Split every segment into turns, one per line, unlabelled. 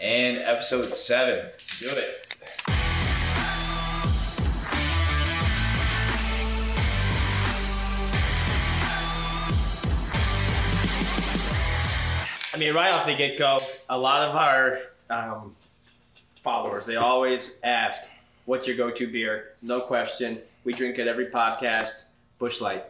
and episode seven. Do it. I mean, right off the get go, a lot of our um, followers they always ask, "What's your go-to beer?" No question. We drink it every podcast. Bush Light.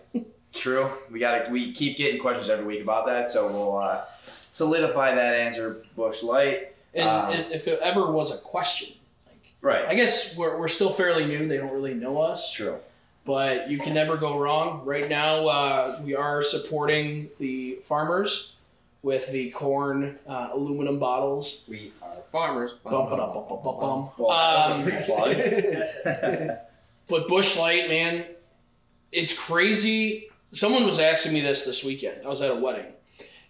True. We got to we keep getting questions every week about that, so we'll uh, solidify that answer. Bush Light.
And,
Um,
and if it ever was a question, like
Right.
I guess we're, we're still fairly new. They don't really know us.
True.
but you can never go wrong. Right now, uh, we are supporting the farmers with the corn uh, aluminum bottles.
We
Our farmers.
Bum, ba, dum, bum, bum, bum, bum.
well, that was a
Um,
free plug.
but Bush Light, man, it's crazy. Someone was asking me this this weekend. I was at a wedding,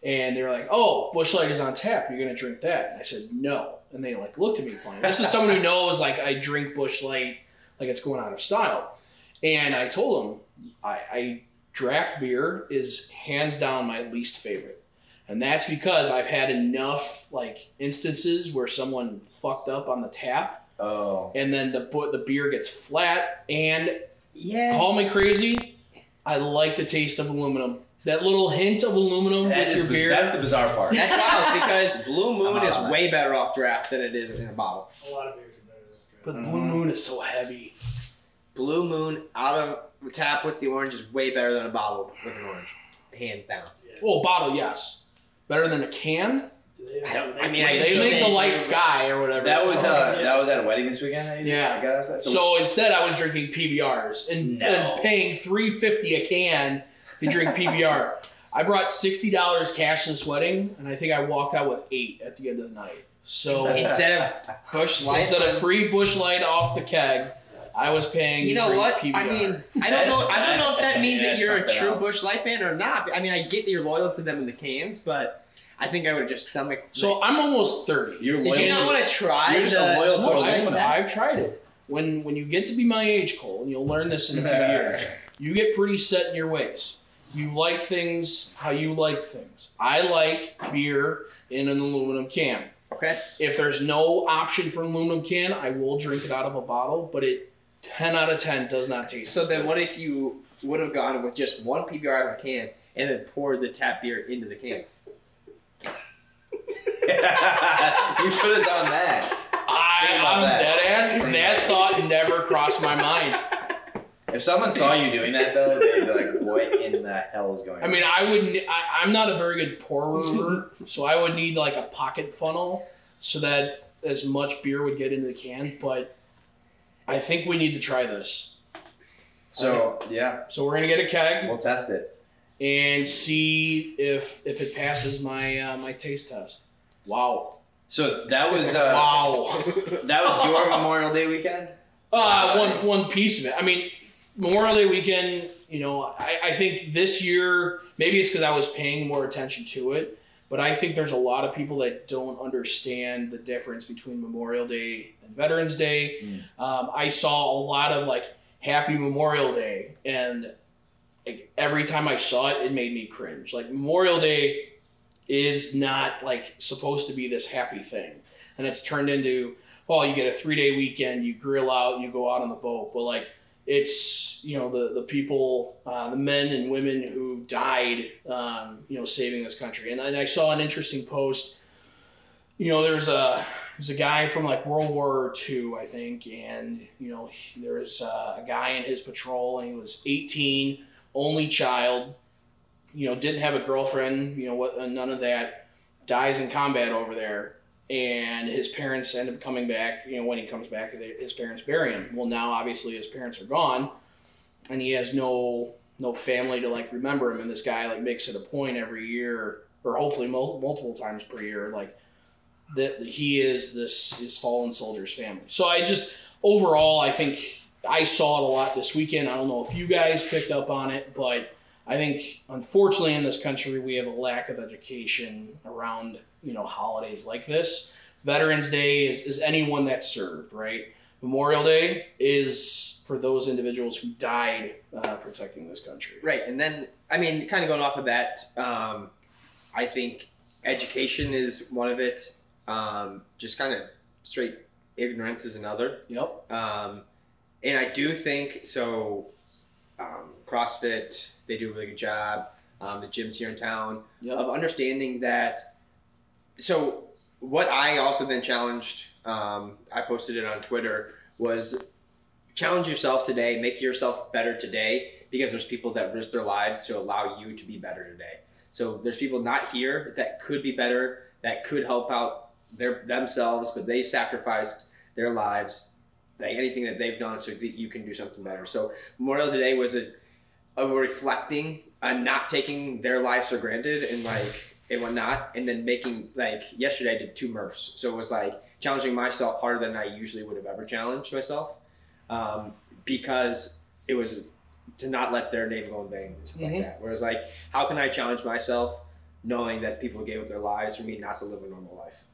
and they were like, "Oh, Bush Light is on tap. You're gonna drink that?" And I said, "No." And they like looked at me funny. This is someone who knows like I drink Bush Light, like it's going out of style. And I told them, I, I draft beer is hands down my least favorite. And that's because I've had enough like instances where someone fucked up on the tap
oh.
and then the bo- the beer gets flat. And
Yeah.
call me crazy, I like the taste of aluminum. That little hint of aluminum
That
with
is
your
the,
beer.
That's the bizarre part.
That's wild because Blue Moon
I'm
is
on it.
way better off draft than it is in a bottle.
A lot of beers are better than
but
draft.
Blue
Mm-hmm.
Moon is so heavy.
Blue Moon out of tap with the orange is way better than a bottle with an orange, hands down.
Well, Oh, bottle, yes, better than a can.
They
I
don't
don't-
make
I mean,
them.
I
They
assume
make the
they
light
do.
sky or whatever.
That
it's
was
called.
uh, that was at a wedding this weekend. I
Yeah.
I got outside. So,
so instead, I was drinking PBRs and,
No.
and paying three fifty a can to drink PBR. I brought sixty dollars cash this wedding, and I think I walked out with eight at the end of the night. So
Instead of Bush Light,
Instead of free bush light off the keg, I was paying.
you
to
know
drink
what?
PBR.
I mean, I don't know. I don't know if that means that
That's-
you're a
that's
true
something
Bush Light fan or not. I mean, I get that you're loyal to them in the cans, but I think I would just stomach.
so I'm almost thirty.
you're
did
loyal
you not
to-
want to try?
You're just a
the-
loyal
No,
Totally.
I've, I've tried it. When when you get to be my age, Cole, and you'll learn this in a few years, you get pretty set in your ways. You like things how you like things. I like beer in an aluminum can.
Okay.
If there's no option for an aluminum can, I will drink it out of a bottle, but it ten out of ten does not taste.
So
as
then,
good.
what if you would have gone with just one PBR out of a can and then poured the tap beer into the can?
you should have done that.
I,
Think about
I'm
that.
dead ass.
Think
That thought never crossed my mind.
If someone saw you doing that though, they'd be like, "What in the hell is going?"
I mean, I wouldn't. I, I'm not a very good pourer, so I would need like a pocket funnel so that as much beer would get into the can. But I think we need to try this.
so yeah,
So we're gonna get a keg
we'll test it.
and see if if it passes my uh, my taste test. Wow!
So that was uh,
Wow!
that was your Memorial Day weekend.
Uh, one one piece of it. I mean, Memorial Day weekend. You know, I, I think this year maybe it's because I was paying more attention to it, but I think there's a lot of people that don't understand the difference between Memorial Day and Veterans Day. Um, I saw a lot of like Happy Memorial Day, and like every time I saw it, it made me cringe. Like Memorial Day is not like supposed to be this happy thing, and it's turned into well, oh, you get a three day weekend, you grill out, you go out on the boat. But like, it's you know the the people, uh, the men and women who died, um, you know, saving this country. And, and I saw an interesting post. You know, there's a there's a guy from like World War II, I think, and you know he- there was uh, a guy in his patrol, and he was 18, only child. You know, didn't have a girlfriend. You know what? None of that. Dies in combat over there, and his parents end up coming back. You know, when he comes back, they- his parents bury him. Well, now obviously his parents are gone, and he has no no family to like remember him. And this guy like makes it a point every year, or hopefully mul- multiple times per year, like that he is this his fallen soldier's family. So I just overall, I think I saw it a lot this weekend. I don't know if you guys picked up on it, but I think unfortunately in this country we have a lack of education around you know holidays like this. Veterans Day is, is anyone that served, right? Memorial Day is for those individuals who died uh, protecting this country.
Right, and then I mean, kind of going off of that, um, I think education is one of it. Um, just kind of straight ignorance is another.
Yep.
Um, and I do think so. Um, CrossFit, they do a really good job. Um, the gyms here in town
Yep.
of understanding that. So what I also then challenged, um, I posted it on Twitter was challenge yourself today, make yourself better today, because there's people that risk their lives to allow you to be better today. So there's people not here that could be better, that could help out their themselves, but they sacrificed their lives, like anything that they've done, so that you can do something better. So Memorial today was a of reflecting on not taking their lives for granted and like and whatnot, and then making like yesterday I did two Murphs, so it was like challenging myself harder than I usually would have ever challenged myself, um, because it was to not let their name go in vain and stuff
Mhm.
like that. Whereas like, how can I challenge myself knowing that people gave up their lives for me not to live a normal life?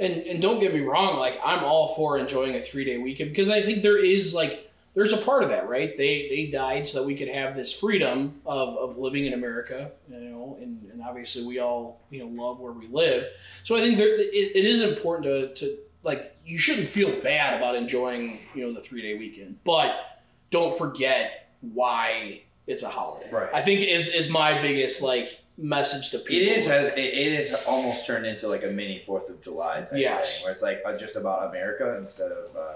and and don't get me wrong like i'm all for enjoying a three day weekend because i think there is like there's a part of that right they they died so that we could have this freedom of of living in america you know and, and obviously we all you know love where we live so i think there it, it is important to to like you shouldn't feel bad about enjoying you know the three day weekend but don't forget why it's a holiday
Right.
i think is is my biggest like message to people
It is has it, it is almost turned into like a mini Fourth of July type
Yes.
thing where it's like uh, just about America instead of uh,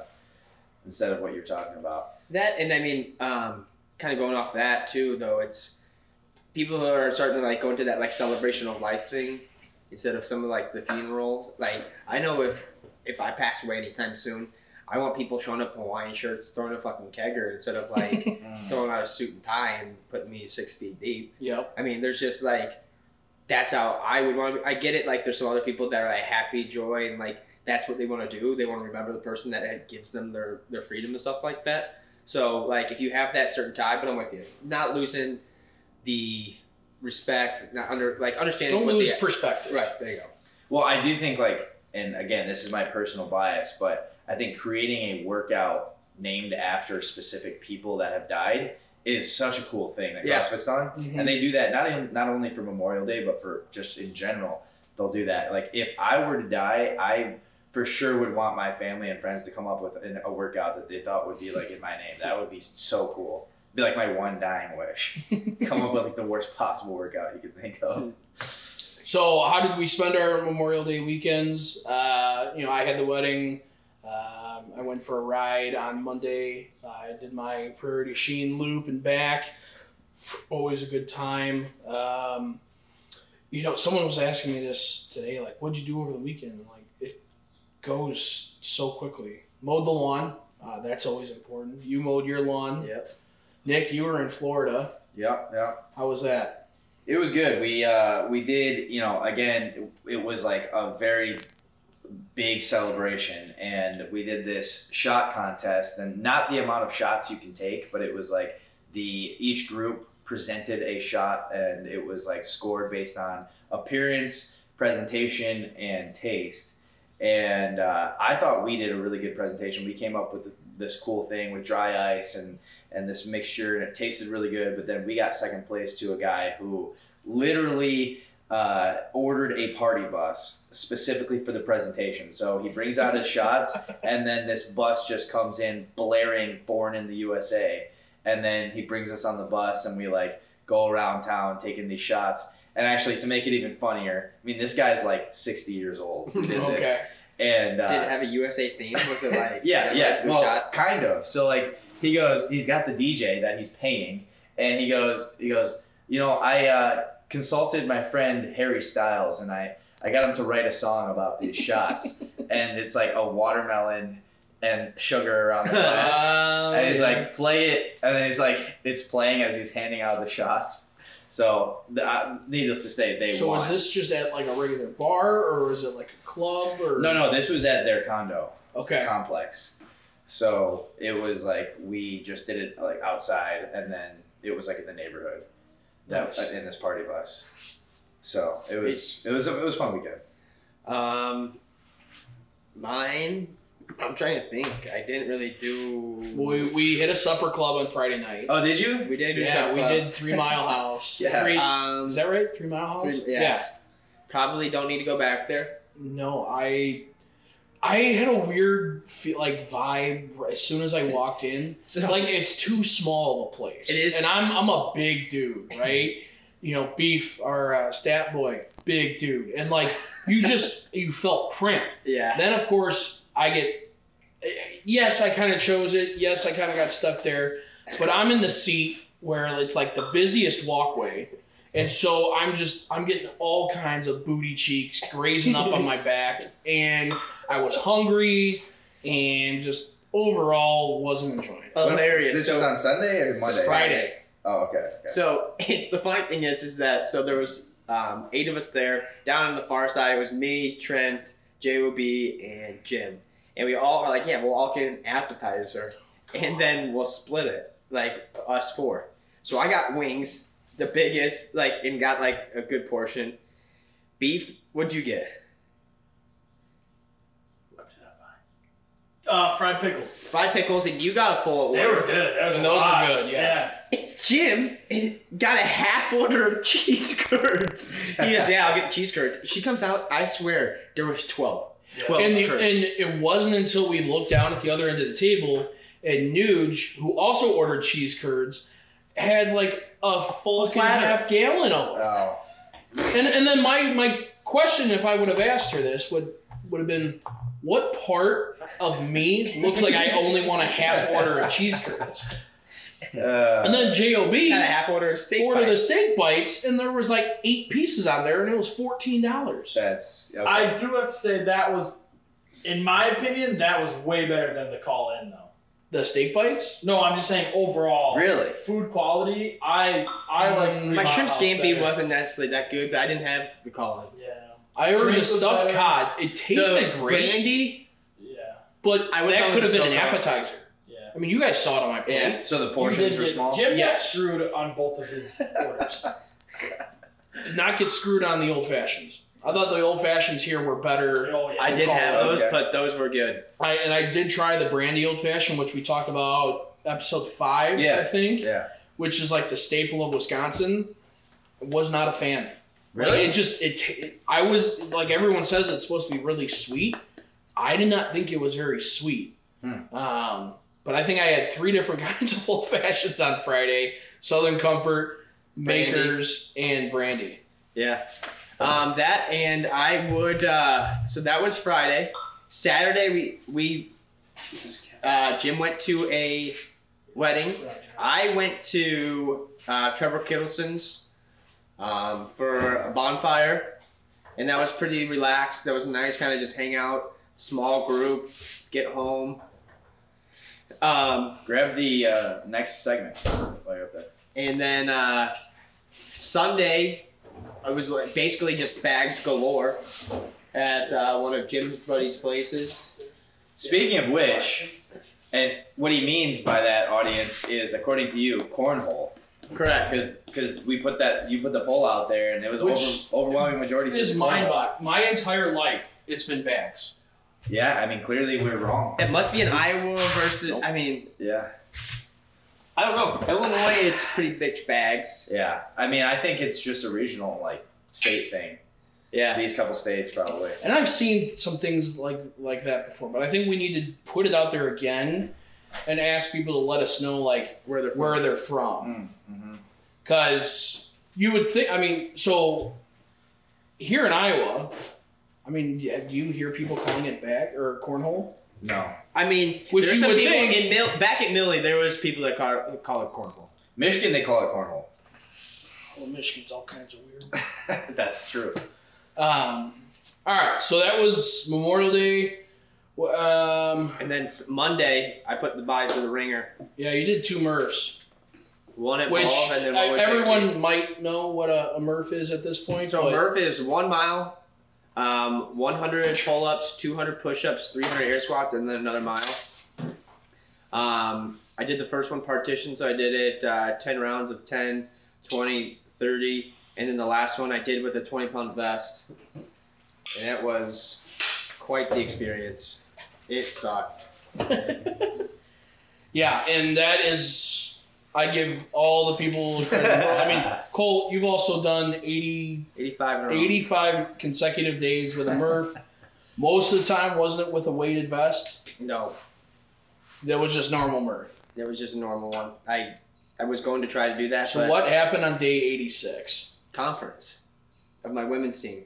instead of what you're talking about.
That and I mean, um, kind of going off that too, though. It's people are starting to like go into that like celebration of life thing instead of some of like the funeral. Like I know if if I pass away anytime soon, I want people showing up in Hawaiian shirts, throwing a fucking kegger instead of like
Mm.
throwing out a suit and tie and putting me six feet deep.
yep
I mean, there's just like that's how I would want. to I get it. Like there's some other people that are like happy, joy, and like that's what they want to do. They want to remember the person that uh, gives them their their freedom and stuff like that. So like if you have that certain tie, but I'm with you, not losing the respect, not under like understanding.
don't
what
lose
the,
perspective
Right there you go.
Well, I do think like, and again, this is my personal bias, but I think creating a workout named after specific people that have died is such a cool thing that
Yeah.
CrossFit's done,
Mhm.
and they do that not in, not only for Memorial Day but for just in general. They'll do that. Like if I were to die, I for sure would want my family and friends to come up with an, a workout that they thought would be like in my name. That would be so cool. Be like my one dying wish. come up with like the worst possible workout you could think of.
So how did we spend our Memorial Day weekends? Uh, you know, I had the wedding. Um, I went for a ride on Monday. I did my Priority Sheen loop and back. Always a good time. Um, you know, someone was asking me this today, like, "What'd you do over the weekend?" And, like, it goes so quickly. Mowed the lawn. Uh, that's always important. You mowed your lawn.
Yep.
Nick, you were in Florida.
Yep. Yep.
How was that?
It was good. We uh, we did. You know, again, it was like a very big celebration, and we did this shot contest, and not the amount of shots you can take, but it was like the each group presented a shot, and it was like scored based on appearance, presentation, and taste. And uh, I thought we did a really good presentation. We came up with this cool thing with dry ice and and this mixture and it tasted really good but then we got second place to a guy who literally uh, ordered a party bus specifically for the presentation so he brings out his shots and then this bus just comes in blaring born in the usa and then he brings us on the bus and we like go around town taking these shots and actually to make it even funnier i mean this guy's like 60 years old who did
Okay.
this and uh,
Did it have a USA theme? Was it like
yeah,
like,
yeah.
who
Well,
shot?
kind of. So like he goes, he's got the DJ that he's paying, and he goes, he goes, you know, I uh, consulted my friend Harry Styles, and I I got him to write a song about these shots, and it's like a watermelon and sugar around the glass,
Oh,
and he's like, play it, and then he's like, it's playing as he's handing out the shots. So, th- uh, needless to say, they
so
won.
is this just at like a regular bar or is it like a club or
no, no, this was at their condo.
Okay.
complex. So it was like we just did it like outside, and then it was like in the neighborhood that
Nice.
in this party bus. So it was it was it was a fun weekend.
Um, mine. I'm trying to think. I didn't really do.
We, we hit a supper club on Friday night.
Oh, did you?
we did. do
yeah,
something.
we did Three Mile House.
Yeah.
Three,
Um,
is that right? Three Mile House?
Three- yeah. probably don't need to go back there.
no, I I had a weird feel, like vibe as soon as I walked in.
So
Like it's too small of a place.
It is.
and I'm I'm a big dude, right? you know, beef or uh, stat boy, big dude, and like you just you felt cramped.
yeah,
Then of course I get yes, I kind of chose it. Yes, I kind of got stuck there, but I'm in the seat where it's like the busiest walkway. And so I'm just I'm getting all kinds of booty cheeks grazing up on my back and I was hungry and just overall wasn't enjoying it.
hilarious.
This
so,
was on Sunday or Monday?
Friday.
Oh, okay. okay.
So the funny thing is, is that so there was um, eight of us there. Down on the far side, it was me, Trent, JOB, and Jim, and we all were like, "Yeah, we'll all get an appetizer, and then we'll split it, like us four. So I got wings, the biggest, like, and got like a good portion. Beef. What'd you get?
What did I buy? Uh, fried pickles.
Five pickles, and you got a full
They
order.
were good. That was
And
a
those were
lot.
good, yeah.
Jim eh, got a half order of cheese curds. He goes, "Yeah, I'll get the cheese curds." She comes out. I swear, there was twelve.
Yeah.
Twelve
And the,
curds.
and it wasn't until we looked down at the other end of the table and Nuge, who also ordered cheese curds, had like a full
platter.
half gallon of them.
Oh,
And and then my my question, if I would have asked her this, would would have been, what part of me looks like I only want a half order of cheese curds?
uh,
And then Job
Got a half order of steak.
ordered
bites.
the steak bites, and there was like eight pieces on there, and it was fourteen dollars.
that's okay.
I do have to say that was, in my opinion, that was way better than the call in though.
The steak bites.
No, I'm just saying overall.
really.
Food quality, I I like three.
My
Mile
shrimp
House
scampi
better.
wasn't necessarily that good, but I didn't have the colon.
Yeah.
I ordered
Drink
the
was
stuffed
better.
cod. It tasted
the
great,
brandy.
Yeah.
but
I would tell
that
it
could have
was
been
so
an
good.
appetizer.
Yeah.
I mean, you guys saw it on my plate.
Yeah. So the
You
portions
did
were
get-
small.
Jim got
Yes.
screwed on both of his orders.
Did not get screwed on the old fashions. I thought the old fashions here were better.
oh, yeah.
I did
Colin,
have those,
okay.
but those were good.
I and I did try the brandy old fashioned, which we talked about episode five,
Yeah.
I think,
Yeah.
which is like the staple of Wisconsin. Was not a fan. Like, it just it, ta- it. I was like everyone says it's supposed to be really sweet. I did not think it was very sweet.
Hmm.
Um, but I think I had three different kinds of old fashions on Friday: Southern Comfort,
Brandy.
Makers, and brandy.
Yeah. Um, that and I would. Uh, so that was Friday. Saturday we we uh, Jim went to a wedding. I went to uh, Trevor Kittleson's um, for a bonfire, and that was pretty relaxed. That was nice, kind of just hang out, small group, get home. Um,
Grab the uh, next segment. While you're up there.
And then uh, Sunday, I was like, basically just bags galore at uh, one of Jim's buddies' places.
Speaking of which, and what he means by that audience is, according to you, cornhole.
Correct.
Because because we put that you put the poll out there and it was
Which-
over, overwhelming majority.
This is
says
mind
cornhole.
bot. My entire life, it's been bags.
Yeah, I mean clearly we're wrong.
It must be an Iowa versus. I mean,
Yeah,
I don't know. Illinois, it's pretty bitch bags.
yeah. I mean I think it's just a regional like state thing.
Yeah.
These couple states probably.
And I've seen some things like like that before, but I think we need to put it out there again and ask people to let us know like
Where they're from.
where they're from.
Mm, mhm.
Cause you would think I mean, so here in Iowa, I mean, yeah, do you hear people calling it bag or cornhole?
No,
I mean,
Which
there's
you
some
would
people
think-
in Mil- back at Millie, there was people that call, call it cornhole.
Michigan they call it cornhole.
Well, Michigan's all kinds of weird.
That's true.
Um, all right, so that was Memorial Day. Wh- Um,
And then s- Monday, I put the body through the ringer.
yeah, you did two Murphs,
One at
which
Ball, and then one
I-
was at
everyone might know what a, a Murph is at this point.
So
but-
Murph is one mile, um, 100 pull-ups, 200 push-ups, 300 air squats, and then another mile. Um, I did the first one partition, so I did it uh, 10 rounds of 10, 20, 30, and then the last one I did with a 20-pound vest, and that was quite the experience. It sucked.
Yeah, and that is I give all the people. credit in the world. I mean, Cole, you've also done 80,
85 in a row.
85 consecutive days with a Murph. Most of the time, wasn't it with a weighted vest?
No,
That was just normal Murph.
that was just a normal one. I I was going to try to do that.
So
but
what happened on day eighty six?
conference of my women's team?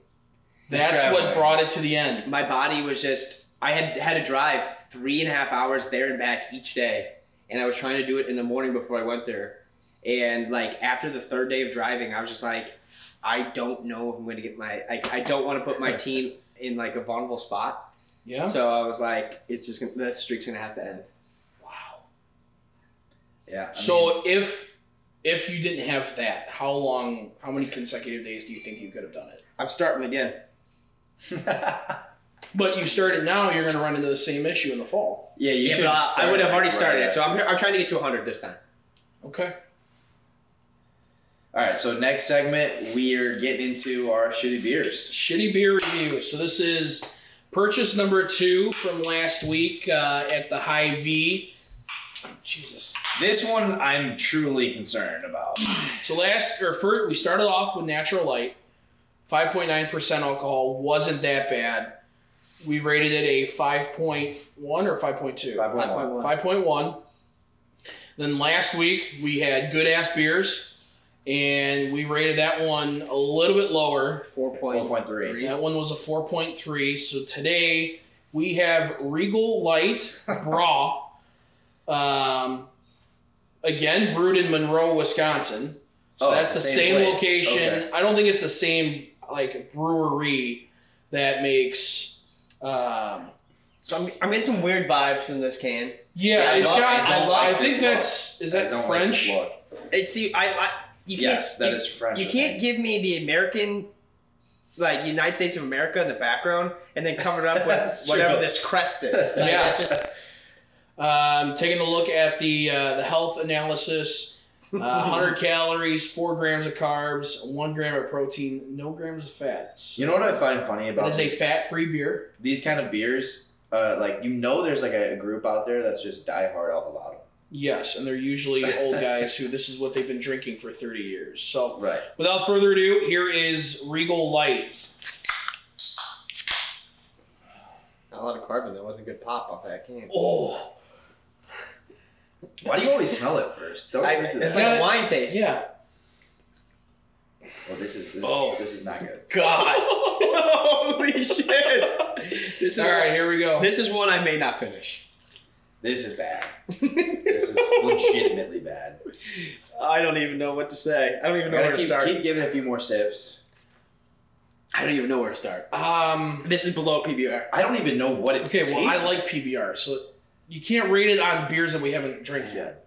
That's what
traveling.
brought it to the end.
my body was just I had had to drive three and a half hours there and back each day, and I was trying to do it in the morning before I went there, and like after the third day of driving, I was just like, I don't know if I'm going to get my like I don't want to put my team in like a vulnerable spot,
Yeah.
so I was like, it's just gonna, that streak's gonna have to end.
Yeah. I mean,
So if if you didn't have that, how long? How many consecutive days do you think you could have done it?
I'm starting again.
But you start it now, you're going to run into the same issue in the fall.
yeah, you
yeah,
should.
but I- I,
started,
would have already
like,
started
right
it, so I'm I'm trying to get to 100 this time.
Okay.
All right, so next segment we are getting into our shitty beers.
Shitty beer review. So this is purchase number two from last week uh, at the High V. Jesus.
This one I'm truly concerned about.
So last or first, we started off with Natural Light, five point nine percent alcohol. Wasn't that bad. We rated it a five point one or five point two.
Five point one.
Five point one. Then last week we had good ass beers, and we rated that one a little bit lower.
Four
Four
point.
point three.
That one was a four point three. So today we have Regal Light Bra, um, again brewed in Monroe, Wisconsin. So
Oh,
that's the
it's the same
same,
place.
location.
Okay.
I don't think it's the same like brewery that makes. Um,
So I'm, I'm getting some weird vibes from this can.
yeah,
I
it's
love-
got.
I
I,
like
I
this
think
look.
that's is
I
that
Uh, don't like
French?
this look.
It's see I, I you can't-
Yes, that
you-
is French.
You
I
can't
think.
give me the American, like United States of America in the background, and then cover it up with
That's
whatever
true.
this crest is. Like,
Yeah.
that's just
Um, taking a look at the uh, the health analysis, uh, 100 calories, four grams of carbs, one gram of protein, no grams of fat.
You know what I find funny
It
about
is a
these,
fat-free beer.
these kind of beers? Uh, like you know, there's like a, a group out there that's just diehard all about them.
Yes, and they're usually old guys who this is what they've been drinking for 30 years. So,
Right.
without further ado, here is Regal Light.
not a lot of carbon. That wasn't a good pop off that can.
Oh,
Why do you always smell it first? Don't
I,
do that.
it's like
Yeah.
a wine taste.
yeah.
well, this is this,
Oh.
this is not good.
God, holy shit! This is
All right, here we go.
This is one I may not finish.
This is bad. This is legitimately bad.
I don't even know what to say. I don't even
I'm
know
gonna
where to
keep,
start.
keep giving it a few more sips.
I don't even know where to start.
Um,
This is below PBR.
I don't even know what it.
okay, well, I
tastes
like PBR, so you can't rate it on beers that we haven't drank yet.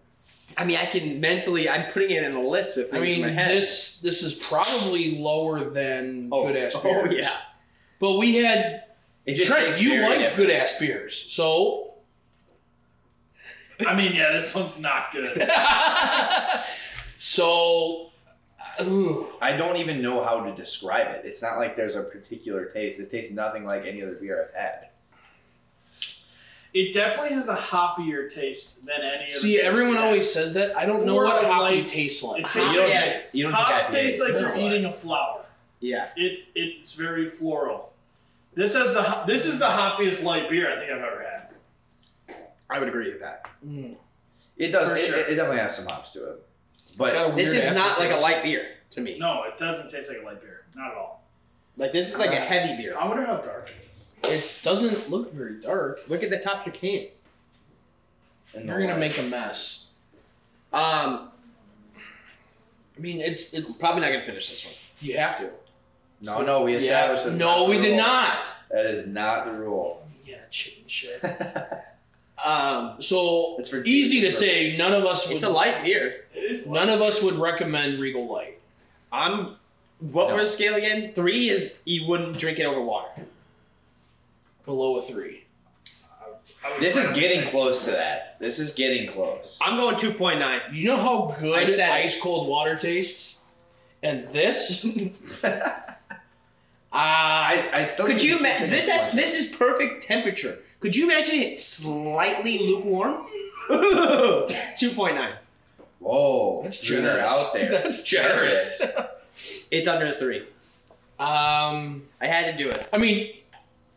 I mean, I can mentally. I'm putting it in a list of
I
things
mean,
in my head.
this this is probably lower than
oh,
good ass
oh
beers.
yeah.
But we had
It just
Trent.
tastes
You
very
like
different.
good ass beers, so
I mean, yeah, this one's not good.
so. uh, ooh.
I don't even know how to describe it. It's not like there's a particular taste. This tastes nothing like any other beer I've had.
It definitely has a hoppier taste than any. of the
See,
beers we
everyone
had.
always says that. I don't know
Four
what hoppy
lights.
tastes like.
It
You
tastes
don't,
like-
drink- Uh-huh. you don't
hops
drink
tastes
IPAs,
like
that's
you're
why.
eating a flower.
Yeah.
It it's very floral. This has the ho- this is the hoppiest light beer I think I've ever had.
I would agree with that.
Mm.
It does.
For
It,
sure.
it, it definitely has some hops to it.
It's
But
got a
This
weird
is not like a
aftertaste.
light beer to me.
No, it doesn't taste like a light beer, not at all.
Like this is like a heavy beer.
I wonder how dark it is.
It doesn't look very dark.
Look at the top of your can.
in the
You're gonna
light.
make a mess.
Um,
I mean, it's it,
I'm probably not gonna finish this one.
you have to.
no, no. We established this.
no, we did not.
That is not the rule.
Yeah, chicken shit.
Um,
So
It's for
easy to
tasting
say. None of us would.
it's a light beer.
It is light.
None of us would recommend Regal Light.
I'm. What
No.
was the scale again? Three is you wouldn't drink it over water.
below a three.
I would
This is
recommend
getting
it.
close to that. This is getting close.
I'm going two point nine.
You know how good
I said it.
ice cold water tastes, and this,
I, I still.
Could
think
you
keep
imagine?
taking
This
this
is
one.
this is perfect temperature. Could you imagine it slightly lukewarm? two point nine.
Whoa,
that's
Junior
generous.
out there.
That's generous.
It's under three.
um,
I had to do it.
I mean,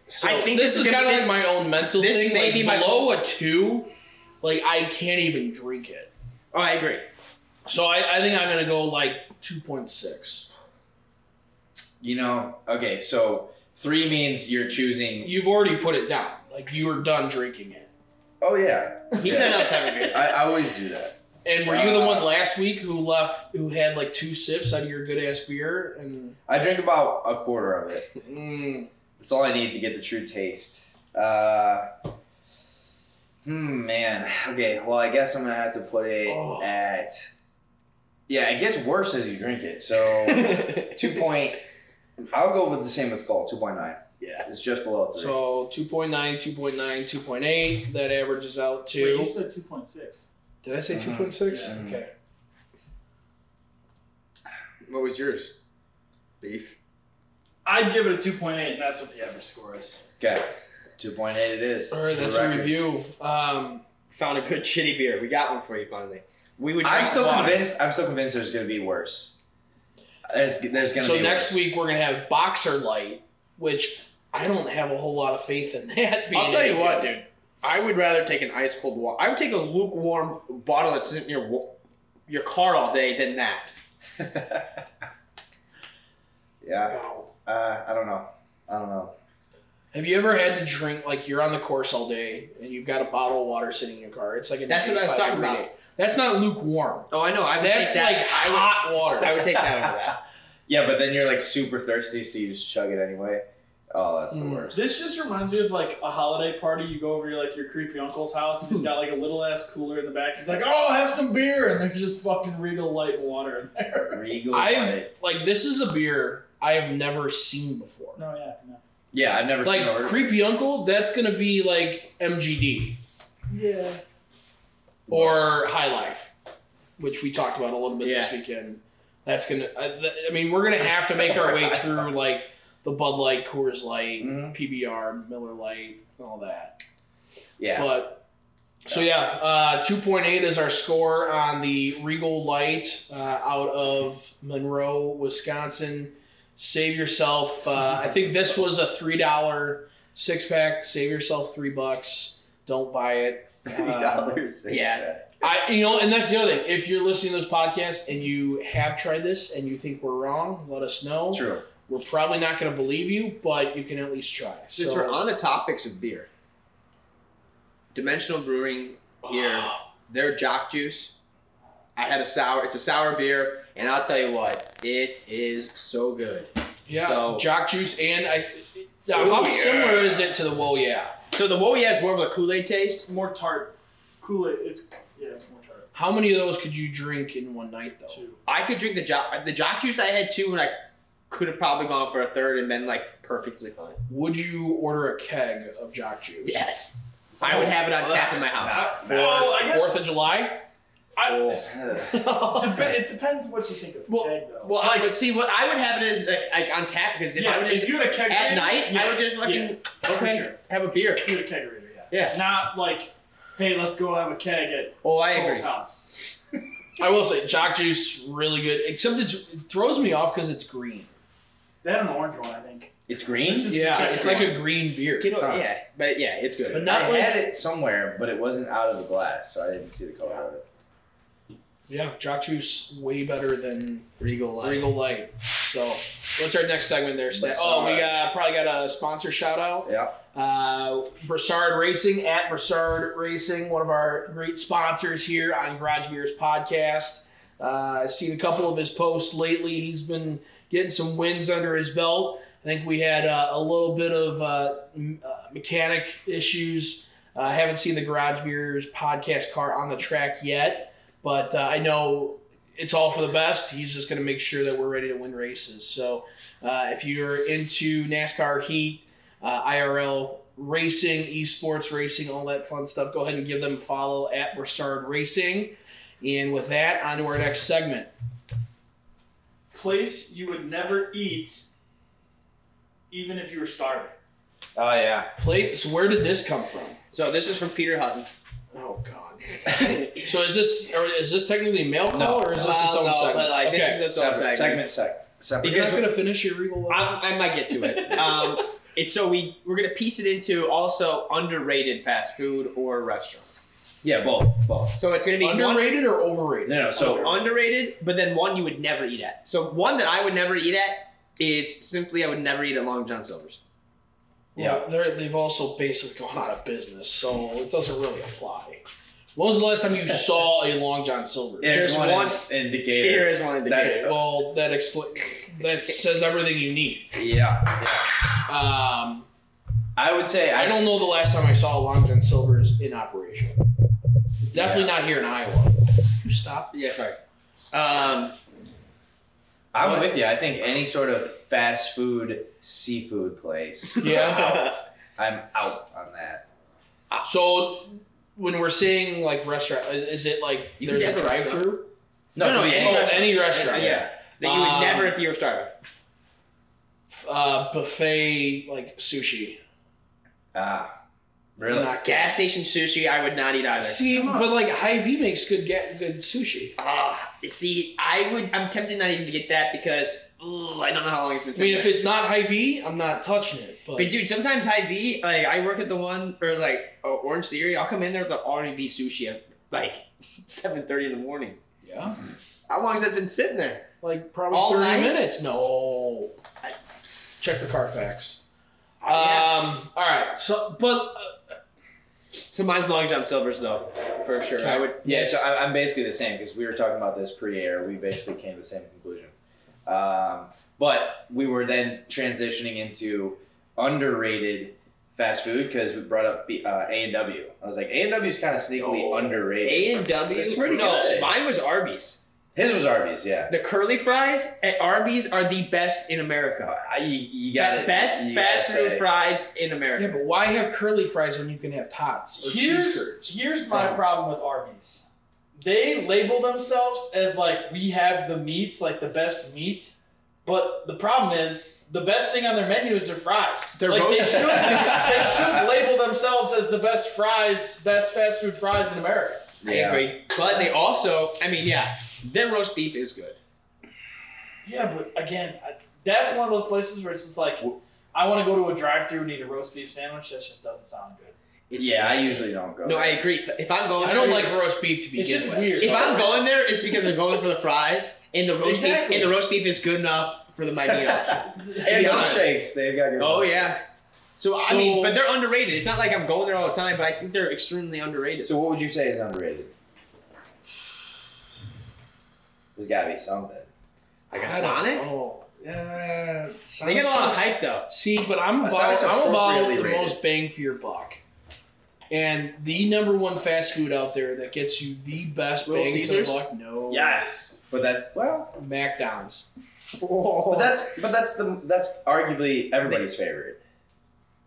So
I think
this
this
is
is
kind of
gonna-
like my own mental
this
thing.
may
like,
be my-
below a two, like I can't even drink it.
Oh, I agree.
So I, I think I'm gonna go like two point six.
You know, okay, so three means you're choosing.
You've already put it down. Like you were done drinking it.
Oh yeah,
He's
Yeah.
been up to every
I, I always do that.
And were you the
Uh,
one last week who left who had like two sips out of your good ass beer and
I drink about a quarter of it.
mm,
That's all I need to get the true taste. Uh, hmm, man. Okay, well, I guess I'm gonna have to put it
Oh.
at. Yeah, it gets worse as you drink it. So
beer.
two point. I'll go with the same as Skull, two point nine. Yeah, it's just below three.
so 2.9, 2.9, 2.8, that averages out
Wait,
to
you said two point six.
Did I say
Mhm.
2.6?
Yeah.
Okay.
what was yours? Beef.
I'd give it a two point eight, and that's what the average score is.
okay, two point eight. It is.
All right,
For
that's
the
a
record.
review. Um,
Found a good shitty beer. We got one for you finally. We would.
I'm
drink
still
water.
convinced. I'm still convinced there's gonna be worse. There's, there's gonna
so
be
next
worse.
week we're gonna have Boxer Light, which I don't have a whole lot of faith in that. Being
I'll tell you
any
what,
good.
dude. I would rather take an ice cold water. I would take a lukewarm bottle that's sitting in your wa- your car all day than that.
yeah,
Wow.
uh, I don't know. I don't know.
Have you ever had to drink like you're on the course all day and you've got a bottle of water sitting in your car? It's like a
That's what I was
95
talking
degree
about.
day. That's not lukewarm.
Oh, I know. I would
That's
take
like
that. I would-
hot water.
I would take that over that.
Yeah, but then you're like super thirsty, so you just chug it anyway. Oh, that's the
Mm.
worst.
This just reminds me of like a holiday party. You go over to like your creepy uncle's house, and he's got like a little ass cooler in the back. He's like, "Oh, have some beer," and there's just fucking Regal Light and water in there.
Regal
I've
White.
like this is a beer I have never seen before.
No, yeah, no.
Yeah, I've never seen
Like
it.
creepy uncle, that's gonna be like MGD
Yeah.
or High Life, which we talked about a little bit
Yeah.
this weekend. That's gonna. I, th- I mean, we're gonna have to make our way through like the Bud Light, Coors Light,
Mhm.
PBR, Miller Light, and all that.
Mm-hmm. Yeah.
But so yeah, uh, two point eight is our score on the Regal Light uh, out of Monroe, Wisconsin. Save yourself. Uh, I think this was a three dollar six pack. Save yourself three bucks. Don't buy it.
Three
um,
dollars.
yeah.
I you know, and that's the other thing. If you're listening to this podcast and you have tried this and you think we're wrong, let us know.
True.
We're probably not going to believe you, but you can at least try.
Since
so,
we're on the topics of beer, Dimensional Brewing here, their Jock Juice. I had a sour. It's a sour beer, and I'll tell you what, it is so good.
yeah,
So-
Jock Juice and I. Now,
Ooh,
how
yeah.
similar is it to the Whoa Yeah?
So the Woey has more of a Kool Aid taste.
More tart. Kool Aid. It's yeah, it's more tart
How many of those could you drink in one night, though?
too.
I could drink the Jock the Jock Juice. I had two, and I could have probably gone for a third and been like perfectly fine.
Would you order a keg of Jock Juice?
Yes, I would have it on tap in my house.
Uh, well, I guess
Fourth of July.
I,
Ugh.
Dep- it depends what you think of
Well-
keg though.
Well, I would see what I would have it as like, like on tap because if
yeah,
I would
if
just
you had a keg
at night, Oh,
yeah,
I would just
yeah,
fucking
for
okay,
sure.
have a beer.
you had a kegerator, yeah.
Yeah.
Not like, hey, let's go have a keg at
Oh, I
Cole's
agree.
house.
I will say Jock Juice really good. Except it's, it throws me off because it's green.
They had an orange one, I think.
It's green.
This is-
Yeah,
It's
it's like a green beer.
Get
Huh.
over, yeah, but yeah, it's good.
But not
I
like
had it somewhere, but it wasn't out of the glass, so I didn't see the color of it.
yeah, Jock Juice way better than
Regal
Regal Light. So what's our next segment there? Stan?
Brassard.
Oh, we got probably got a sponsor shout out.
Yeah.
Uh, Brassard Racing at Brassard Racing, one of our great sponsors here on Garage Beers Podcast. Uh, I've seen a couple of his posts lately. He's been getting some wins under his belt. I think we had uh, a little bit of uh, m- uh, mechanic issues. Uh, I haven't seen the Garage Beers podcast car on the track yet, but uh, I know it's all for the best. He's just going to make sure that we're ready to win races. So uh, if you're into NASCAR heat, uh, IRL racing, esports racing, all that fun stuff, go ahead and give them a follow at Broussard Racing. And with that, on to our next segment.
Place you would never eat, even if you were starving.
Oh yeah.
Play, so where did this come from?
So this is from Peter Hutton.
Oh God! so is this or is this technically mail call or is this its
Well,
own
no,
segment?
But like
okay.
this is its own
Separate.
segment.
Segment sec. Separate.
You're not gonna finish your regal.
I, I might get to it. Um, it's so we we're gonna piece it into also underrated fast food or restaurants.
Yeah, both, both.
So it's gonna be one-
Underrated or overrated?
No, no. So
so underrated, but then one you would never eat at. So one that I would never eat at is simply I would never eat at Long John Silver's.
Well, they're, they've also basically gone out of business, so it doesn't really apply. When was the last time you saw a Long John Silver?
there's,
there's
one,
one-
in, in
Here
Decatur.
is one of the
That-
good.
Okay, well, that expl- that says everything you need.
Yeah, yeah.
Um,
I would say
I don't know the last time I saw a Long John Silver's in operation. Definitely not here in Iowa. You stop.
Yeah, sorry. Um,
I'm
What?
with you. I think any sort of fast food seafood place,
Yeah.
I'm out on that.
So when we're saying like restaurant, i- is it like
You can
there's a
get a
drive through?
No,
No,
it could be
no,
Oh,
any
yeah.
restaurant.
any restaurant.
Yeah.
that you would
Um,
never if you were starving.
Uh, buffet like sushi.
Ah, really?
Not
Gas station sushi, I would not eat either.
See, but like Hy-Vee makes good get good sushi.
Ah, see, I would. I'm tempted not even to get that because ooh, I don't know how long it's been.
I mean,
sitting
if
there.
it's not Hy-Vee, I'm not touching it. But,
But dude, sometimes high V, like I work at the one or like oh, Orange Theory, I'll come in there with the already be sushi at like seven thirty in the morning.
yeah,
How long has that been sitting there?
like probably
All
thirty
night?
minutes. No,
I-
check the Carfax. Um,
Oh, Yeah.
all right. So, but uh,
So mine's Long John Silver's though, for sure. I would.
Yeah, so I- I'm basically the same because we were talking about this pre-air. We basically came to the same conclusion, um, but we were then transitioning into underrated fast food because we brought up B- uh, A and W. I was like, A and W is kind of sneakily
Oh.
underrated.
A and W.
It's pretty
No,
good.
mine was Arby's.
His was Arby's, yeah.
The curly fries at Arby's are the best in America.
I, you, you got it.
best fast food fries in America.
yeah, but why have curly fries when you can have tots or cheese
Here's,
curds?
here's my problem with Arby's. They label themselves as like we have the meats, like the best meat, but the problem is the best thing on their menu is their fries.
They're
like they
roast-
should, they should label themselves as the best fries, best fast food fries in America.
I agree. But they also, I mean, yeah, their roast beef is good.
Yeah, but again, I, that's one of those places where it's just like I want to go to a drive-through and eat a roast beef sandwich. That just doesn't sound good.
It's
yeah,
weird.
I usually don't go.
No,
there.
I agree. If I'm going,
I don't
for-
like roast beef to begin
It's just
with.
weird.
If I'm going there, it's because I'm going for the fries, and the roast
Exactly.
beef, and the roast beef is good enough for the my meat option.
and
Yeah.
milkshakes. They've got good.
Oh
milkshakes.
yeah. So,
So-
I mean, but they're underrated. It's not like I'm going there all the time, but I think they're extremely underrated.
So what would you say is underrated? There's got to be something.
Like
I
a
don't
Sonic,
know. Uh,
they get a lot of
Sonic's-
hype though.
See, but I'm
That
about,
sounds
I'm about
appropriately
the
rated.
most bang for your buck. And the number one fast food out there that gets you the best
Little
bang
Caesars?
for the buck? No.
Yes, but that's well,
McDonald's.
but that's but that's the that's arguably everybody's favorite.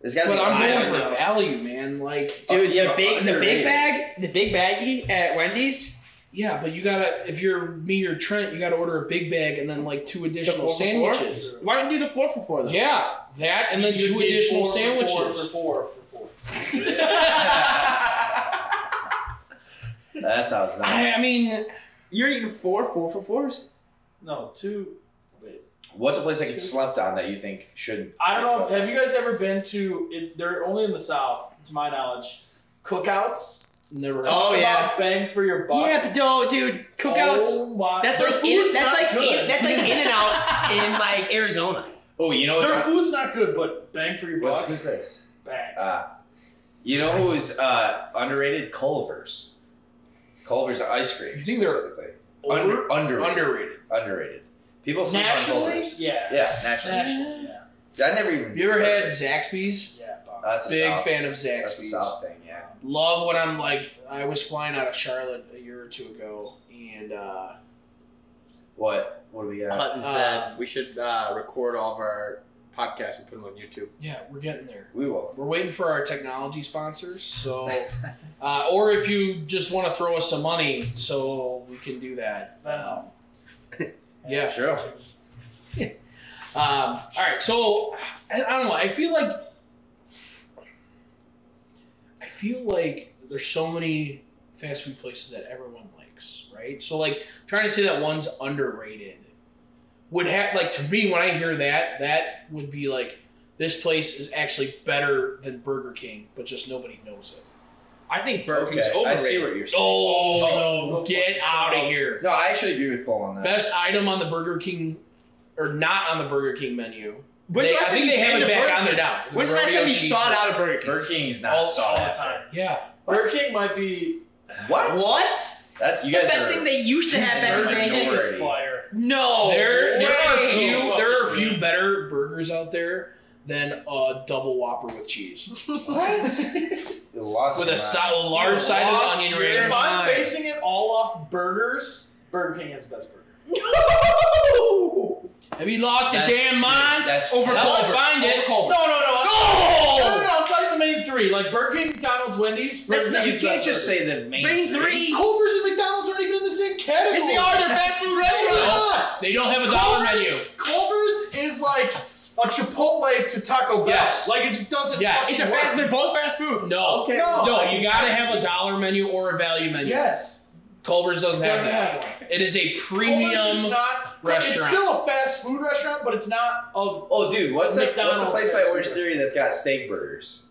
It's got to
But
be.
I'm
I
going
don't
for
know.
value, man. Like,
Oh,
Dude,
yeah,
the
but
big, the big
underrated.
bag, the big baggie at Wendy's.
yeah, but you gotta if you're me or Trent, you gotta order a big bag and then like two
The
additional
four for
sandwiches.
four. Why don't you do the four for four though?
Yeah, that and then
You
two
need
additional
four for
sandwiches.
Four for four for
that's how it's not.
I, I mean,
You're eating four four for fours.
four. No, two. Wait.
What's a place that gets slept on that you think shouldn't?
I don't
get
know.
slept
Have you guys ever been to? It, they're only in the South, to my knowledge. Cookouts.
never.
Oh.
Talk
yeah.
about bang for your buck.
Yeah, but no, dude, cookouts.
Oh my.
That's
their
like
food's
in, that's
not
like
good.
in, that's like in and out in like Arizona.
Oh, you know what's
Their food's not good, but bang for your
what's
buck.
who's this?
Bang.
Uh, you know who's uh, underrated? Culver's. Culver's ice cream.
You think they're
specifically.
Over,
Under, underrated?
underrated.
Underrated. People sleep on
Nationally,
Culver's.
yeah.
Yeah, nationally.
Nationally, yeah.
I never even.
Have you ever had Zaxby's?
Yeah. bum.
Oh, That's a
Big
South-
fan of
That's a
Zaxby's.
South thing, Uh, yeah.
love when I'm like I was flying out of Charlotte a year or two ago and uh
What? What do we got?
Hutton
said
we should uh, record all of our podcasts and put them on YouTube.
yeah, we're getting there.
we will.
We're waiting for our technology sponsors, so uh, or if you just want to throw us some money, so we can do that. Um, yeah.
True.
Um, all right. So I, I don't know. I feel like I feel like there's so many fast food places that everyone likes, right? So like trying to say that one's underrated would have like to me when I hear that that would be like this place is actually better than Burger King, but just nobody knows it.
I think Burger King's
Okay, I
overrated.
see what you're saying.
Oh,
go for
get
it.
out of here.
No, I actually agree with Cole on that.
Best item on the Burger King, or not on the Burger King menu.
When's
They-
the
I
last
think
time
they
you
have
been
it
to
back
Burger
on there
King?
now. The
When's the last
rodeo
time you
cheese
sought
burger.
out a Burger King?
Burger King is not
Oh,
All-
solid.
all the time.
Yeah.
Burger King might be
What?
What?
That's you
The
guys
best
are.
thing they used to have back in
Burger
the day.
King is
Minority.
fire.
No.
There, there are a
way.
few. There are a few better burgers out there than a double Whopper with cheese,
what? You lost
with
your
a
mind.
solid, large
You
side of
lost
onion
your
rings.
If I'm
Fine.
basing it all off burgers, Burger King is the best burger.
No.
Have you lost your
That's-
damn mind?
That's
Over
that's-
Culver's. Find it.
No, no, no.
No!
I'm, no, no, no. I'm talking the main three, like Burger King, McDonald's, Wendy's. Burger
That's not,
King
you
is
can't
best
just
burger.
say the main,
Main three.
Culver's and McDonald's aren't even in the same category.
Yes, they are. They're fast food
They're
restaurants.
not.
They don't have a dollar
Culver's-
menu.
Culver's is like a Chipotle to Taco Bell.
Yes.
Like it just doesn't.
Yes.
fucking
It's a
work.
fast, they're both fast food.
No,
Okay. No.
no, you gotta have a dollar menu or a value menu.
Yes.
Culver's doesn't have
Doesn't
that.
have one.
It is a
Culver's is
premium.
not, It's
restaurant.
still a fast food restaurant, but it's not a.
Oh, dude, what's that? What's the
McDonald's
place by
fast
Orange
food.
Theory that's got steak burgers?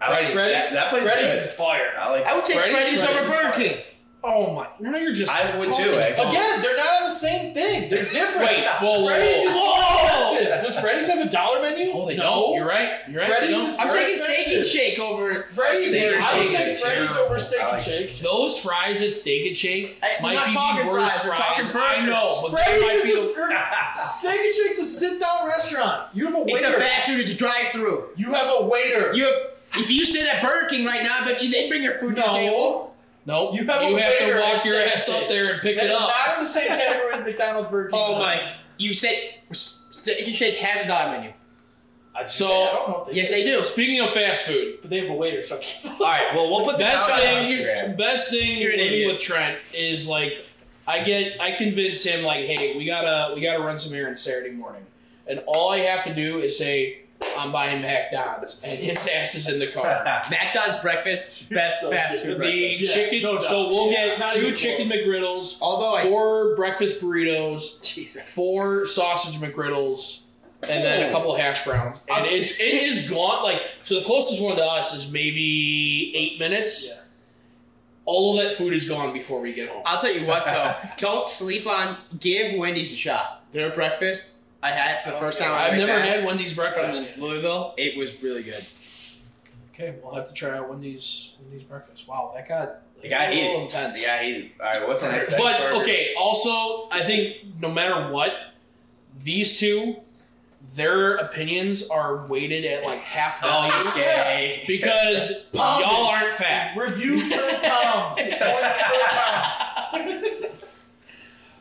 I like That,
Freddy's.
that place
Freddy's
is
is fire.
good. I like.
I would take
Freddy's
Freddy's,
is
over Burger King.
Oh my! Now you're just.
I would
talking
too. Actually.
Again, they're not on the same thing. They're different.
Wait, whoa, whoa,
Freddy's is
whoa.
more
Whoa.
expensive. Does Freddy's have a dollar menu?
Oh, they
no.
don't. You're right. You're right. they
Freddy's
don't.
is-
I'm
They're
taking Steak and
expensive.
Shake over.
Freddy's.
Steak and
I would
Shake
take
is
Freddy's
terrible.
over Steak
I
and
like
Shake.
Those fries at Steak and Shake
I- we're
might
not
be
talking
the worst
fries, we're talking burgers.
I know, but they might
Freddy's
be the
is a, Steak and Shake's a sit-down restaurant. You have a waiter.
It's a fast food. It's a drive-through.
you have a waiter.
You have. If you sit at Burger King right now, I bet you they bring your food to the table.
no,
Nope.
You have a
to
waiter
walk
at
your
Steak
ass
and
up
Shake.
there and pick
that
it
is
up.
not in the same category as McDonald's Burger King.
Oh my! You said Steak and Shake has a dollar menu.
I,
So-
I don't know if they
Yes, they do.
Speaking of fast food,
But they have a waiter, so I
All
can't.
right. Well, we'll put this
best
out on
thing,
Instagram.
best thing
You're an
living
idiot.
with Trent is like, I get, I convince him like, hey, we gotta, we gotta run some errands Saturday morning, and all I have to do is say, I'm buying McDonald's, and his ass is in the car.
McDonald's breakfast, best
So
fast
good.
food.
The
breakfast.
Yeah,
chicken.
no doubt.
so we'll
Yeah,
get
not
two
even
chicken
close.
McGriddles,
Although I
four breakfast burritos,
Jesus.
four sausage McGriddles, and then a couple of hash browns. And it's it is gone. Like so, the closest one to us is maybe eight minutes.
Yeah.
All of that food is gone before we get home.
I'll tell you what though, don't sleep on. Give Wendy's a shot. Their breakfast, I had it for the first time. I
Oh, I've
went
never
back
had Wendy's breakfast.
from Louisville. It was really good.
Okay, we'll have to try out Wendy's Wendy's breakfast. Wow, that got
The guy
a
hated.
little
it. The
intense.
guy hated. it. All right. What's the next? thing?
but
Burgers.
okay, also I think no matter what, these two, their opinions are weighted at like half
Oh,
Oh,
value
Okay.
because
Pound
y'all
it.
aren't fat.
Review per pound. Point per pound.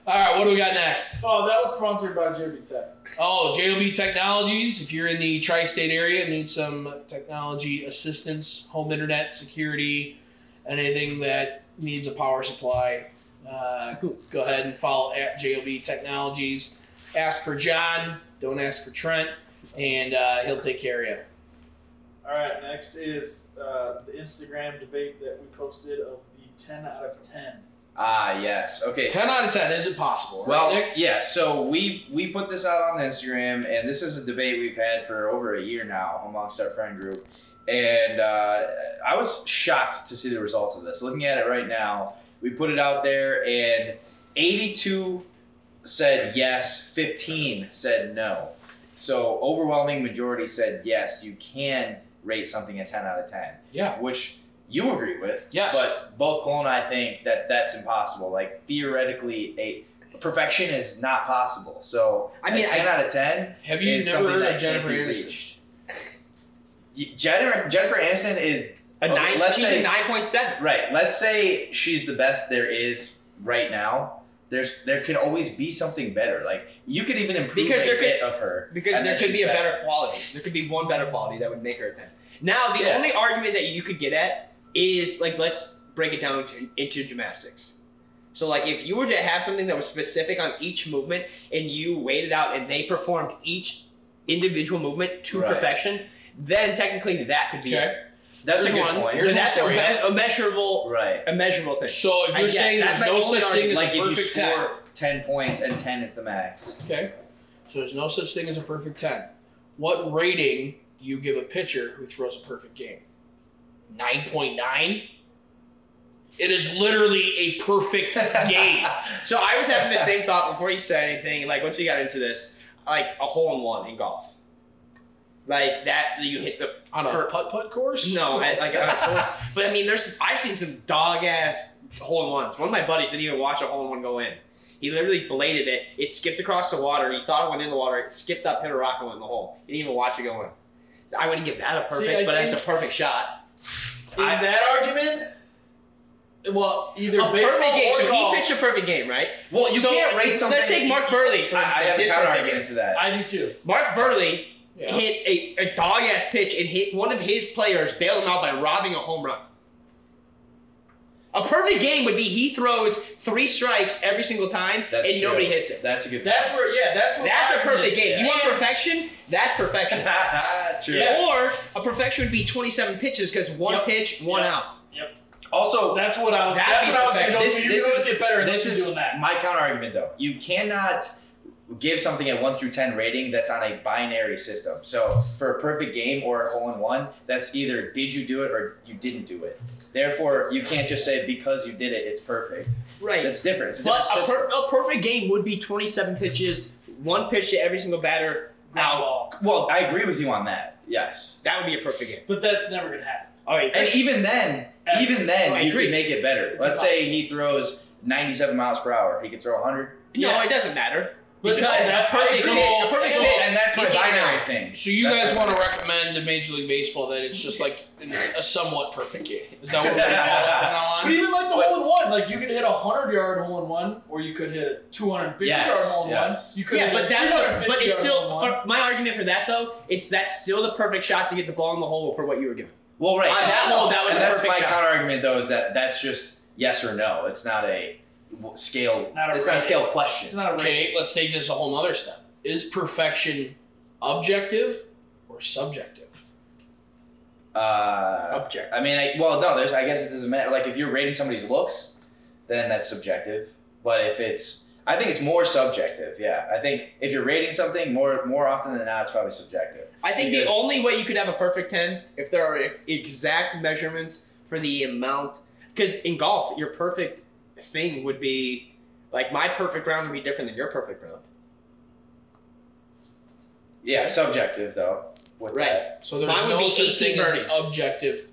All right, what do we got next?
Oh, that was sponsored by JB Tech.
Oh, JLB Technologies. If you're in the tri-state area, need some technology assistance, home internet security, anything that needs a power supply, uh, go ahead and follow at JLB Technologies. Ask for John. Don't ask for Trent, and uh, he'll take care of you.
All right, next is uh, the Instagram debate that we posted of the 10 out of 10.
Ah yes. Okay.
Ten out of ten. Is it possible?
Well,
right, Nick?
yeah. So we we put this out on Instagram, and this is a debate we've had for over a year now amongst our friend group. And uh, I was shocked to see the results of this. Looking at it right now, we put it out there, and eighty-two said yes, fifteen said no. So overwhelming majority said yes. You can rate something a ten out of ten.
Yeah.
Which you agree with.
Yes.
But both Cole and I think that that's impossible. Like theoretically, a perfection is not possible. So
I mean,
a ten out of ten
Have you
is
never
something
heard
that
of Jennifer
can't be
Aniston?
reached. Y- Jennifer Jennifer Aniston is
A
Okay,
nine.
let's
she's
say-
a nine point seven.
right. Let's say she's the best there is right now. There's there could always be something better. Like you could even improve
Because
a
there could-
bit of her
Because
and
there
then
could
she's
be a
better.
better quality. There could be one better quality that would make her a 10. Now, the
Yeah.
only argument that you could get at is like, let's break it down into, into gymnastics. So, like, if you were to have something that was specific on each movement and you weighed it out and they performed each individual movement to
Right.
perfection, then technically that could be
Okay.
That's
Here's
a good
one.
point.
Here's
But that's a,
one for
me- a measurable,
right.
a measurable thing.
So if
I
you're
guess
saying
that's
there's
my
no
only
such thing as
like
a
if you
perfect
score
ten.
10 points and 10 is the max
Okay. So there's no such thing as a perfect 10. What rating you give a pitcher who throws a perfect game. 9.9? It is literally a perfect game.
So I was having the same thought before you said anything. Like once you got into this, like a hole in one in golf, like that you hit the
On a
per-
putt putt course?
no, I, like on a course. But I mean, there's I've seen some dog ass hole in ones. One of my buddies didn't even watch a hole in one go in. He literally bladed it. It skipped across the water. He thought it went in the water. It skipped up, hit a rock, and went in the hole. He didn't even watch it go in. So I wouldn't give that a
See,
perfect,
I
but that's a
think-
perfect shot.
In
I-
that argument, well, either
A perfect
baseball
game.
or
So
golf.
he pitched a perfect game, right?
Well, you
So,
can't rate
let's
something.
take Mark Burley, for
I, I have a
instance. His
counter
perfect
argument
game.
to that.
I do too.
Mark Burley
Yeah.
hit a, a dog ass pitch and hit one of his players, bailed him out by robbing a home run. A perfect game would be he throws three strikes every single time
That's
and
true.
nobody hits it.
That's a good.
That's where, yeah, that's where
That's a
mine
perfect
is.
game. You want
And-
perfection? That's perfection.
true.
Yeah.
Or a perfection would be 27 pitches because one
Yep.
pitch, one
Yep.
out.
Also,
That's what I was.
That'd
That's
be
what I was
perfect.
going to
This-
You're
this
going
is-
to get better at
this
this
is
doing that.
my counter argument though. You cannot give something a one through ten rating that's on a binary system. So for a perfect game or a hole in one, that's either did you do it or you didn't do it. Therefore, you can't just say because you did it, it's perfect.
Right.
That's different. It's a
but
different
a,
system.
per- a perfect game would be 27 pitches, one pitch to every single batter, out.
well, I agree with you on that. Yes.
That would be a perfect game.
But that's never going to happen.
All right.
And even then,
Uh,
even
I
then, you
agree.
could make it better.
It's
Let's
about-
say he throws 97 miles per hour. He could throw 100.
No,
Yeah.
it doesn't matter.
But
Because
that's-
a perfect
I agree.
game- a perfect
So-
game-
and that's my
He's in and
binary
out.
thing.
So you
That's
guys
my-
want to recommend to Major League Baseball that it's just like a somewhat perfect game? Is that what we're gonna call it from now on?
But even like the hole in one, like you could hit a hundred yard hole in one, or you could hit a two hundred fifty yard
Yes,
hole in
yes.
one. You could
Yeah,
hit
but
a
that's
350
but it's
yard
still
hole in one.
for, my argument for that though. It's that's still the perfect shot to get the ball in the hole for what you were given.
Well, right.
On that hole, that was
and
the
that's my
perfect shot.
counter argument though is that that's just yes or no. It's not a w- scale.
Not a
it's not a
rating.
scale
It's
question.
not a rating.
Okay, let's take this a whole nother step. Is perfection objective or subjective?
Uh,
Object.
I mean, I, well, no. There's. I guess it doesn't matter. Like if you're rating somebody's looks, then that's subjective. But if it's, I think it's more subjective. Yeah, I think if you're rating something more more often than not, it's probably subjective.
I think the
Because-
only way you could have a perfect ten if there are exact measurements for the amount. Because in golf, your perfect thing would be like my perfect round would be different than your perfect round.
Yeah, subjective though. With
Right.
that.
So there's
Mine would
no
be
such
18
thing as
birdies.
objective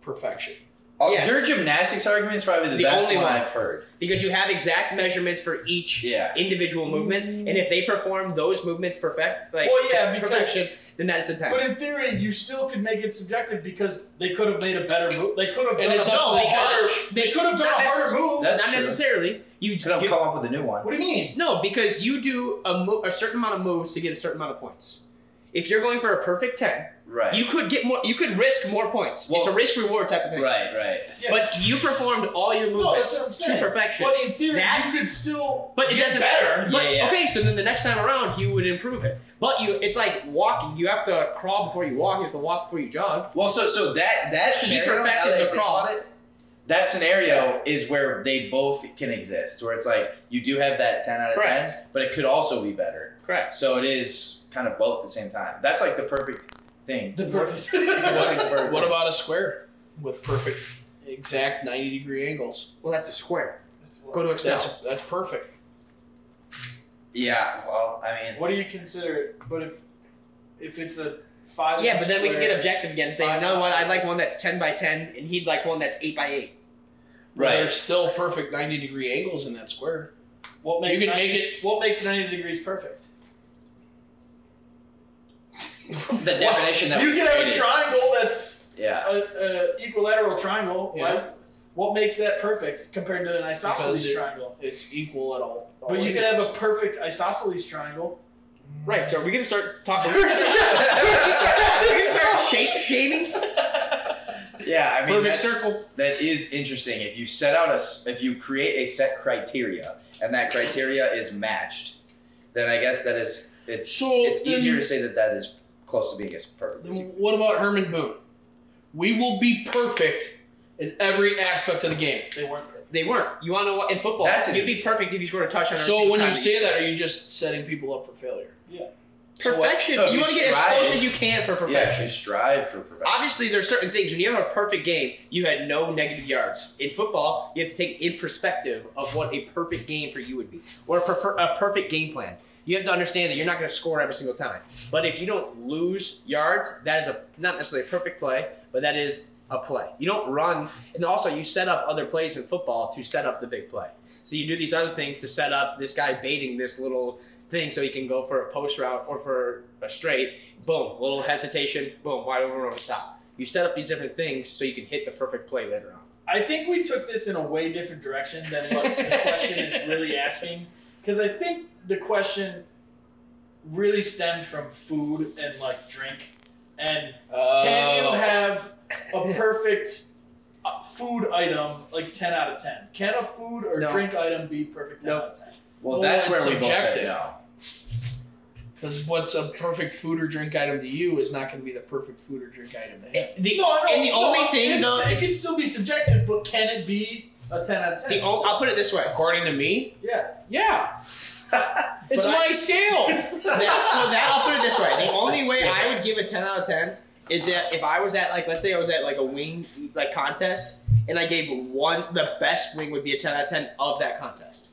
perfection.
Oh,
Yes.
Your gymnastics argument is probably the,
The
best
only
one
one.
I've heard.
because you have exact measurements for each
Yeah.
individual movement, and if they perform those movements perfect, like
Well, yeah,
to
because-
perfection, then that is a ten.
But in theory, you still could make it subjective because they could have made a better move. They could have
And
done
it's
a,
up to
a
the
harder.
judge.
They could have done a
Not
harder move.
That's
Not
true.
necessarily. You
Could have
give-
come up with a new one.
what do you mean?
No, because you do a, mo- a certain amount of moves to get a certain amount of points. If you're going for a perfect ten,
Right.
you could get more. You could risk more points. it's
Well-
a risk reward type of thing.
right. Right.
Yeah.
But you performed all your
no, that's
movements
what I'm saying.
to perfection.
But in theory,
That-
you could still
But it
get
doesn't-
better.
But-
Yeah, yeah.
okay, so then the next time around you would improve it. But you, it's like walking. You have to crawl before you walk. You have to walk before you jog.
Well, so so that that
She
scenario,
perfected
now that
the
they
crawl.
caught it, that scenario is where they both can exist. Where it's like you do have that ten out of ten,
Correct.
but it could also be better.
Correct.
So it is kind of both at the same time. That's like the perfect thing.
The perfect.
That's like the perfect
What
thing.
about a square with perfect, exact 90 degree angles?
Well, that's a square. Go to Excel.
That's that's perfect.
Yeah. Well, I mean,
What do you consider? But if if it's a five.
yeah, but then we can get
square-
objective again, saying,
Five
no, what? I'd
squares.
like one that's ten by ten, and he'd like one that's eight by eight.
Well,
right?
There's still perfect 90 degree angles in that square.
What makes
you can
90
make it.
What makes ninety degrees perfect?
The definition that
you
we
can have a
created.
triangle that's
Yeah.
a, a equilateral triangle.
Yeah.
Why- What makes that perfect compared to an isosceles
Because it-
triangle?
It's equal at all. all
But you could have
angles.
a perfect isosceles triangle.
Right. So are we gonna start talking?
We're gonna start-
We're gonna start shape shaming.
Yeah. I mean,
perfect
that's-
circle.
that is interesting. If you set out a, s- if you create a set criteria and that criteria is matched, then I guess that is it's
So
it's
then-
easier to say that that is close to being as perfect.
Then
as you-
what about Herman Boone? We will be perfect in every aspect of the game.
They weren't perfect.
They weren't. You want to know what? In football,
That's it.
you'd be perfect if you scored a touchdown. every
So
single
when
time
you say that, are you just setting people up for failure?
Perfection.
No,
you
you
want to get as
strive.
close as you can for
Yeah,
perfection.
you strive for perfection.
Obviously, there's certain things when you have a perfect game, you had no negative yards. In football, you have to take in perspective of what a perfect game for you would be, or a, prefer, a perfect game plan. You have to understand that you're not going to score every single time. But if you don't lose yards, that is a not necessarily a perfect play, but that is a play. You don't run, and also you set up other plays in football to set up the big play. So you do these other things to set up this guy baiting this little thing so he can go for a post route or for a straight. Boom, little hesitation. Boom, wide open over the top. You set up these different things so you can hit the perfect play later on.
I think we took this in a way different direction than what the question is really asking. Because I think the question really stemmed from food and like drink. And can
Oh.
Uh,
you have a perfect uh, food item like 10 out of 10? Can a food or
No.
drink item be perfect 10 out of 10?
well,
Well,
that's
it's
where we both
subjective.
said no.
Because what's a perfect food or drink item to you is not going to be the perfect food or drink item to him.
The,
no, no,
and the
no,
only thing,
it's-
though,
it can still be subjective, but can it be a 10 out of 10?
the o- I'll put it this way.
According to me,
yeah.
yeah, it's
But I-
my scale.
that, well, that I'll put it this way. The only way I would give a ten out of ten is that if I was at like, let's say I was at like a wing like contest, and I gave one, the best wing would be a ten out of ten of that contest.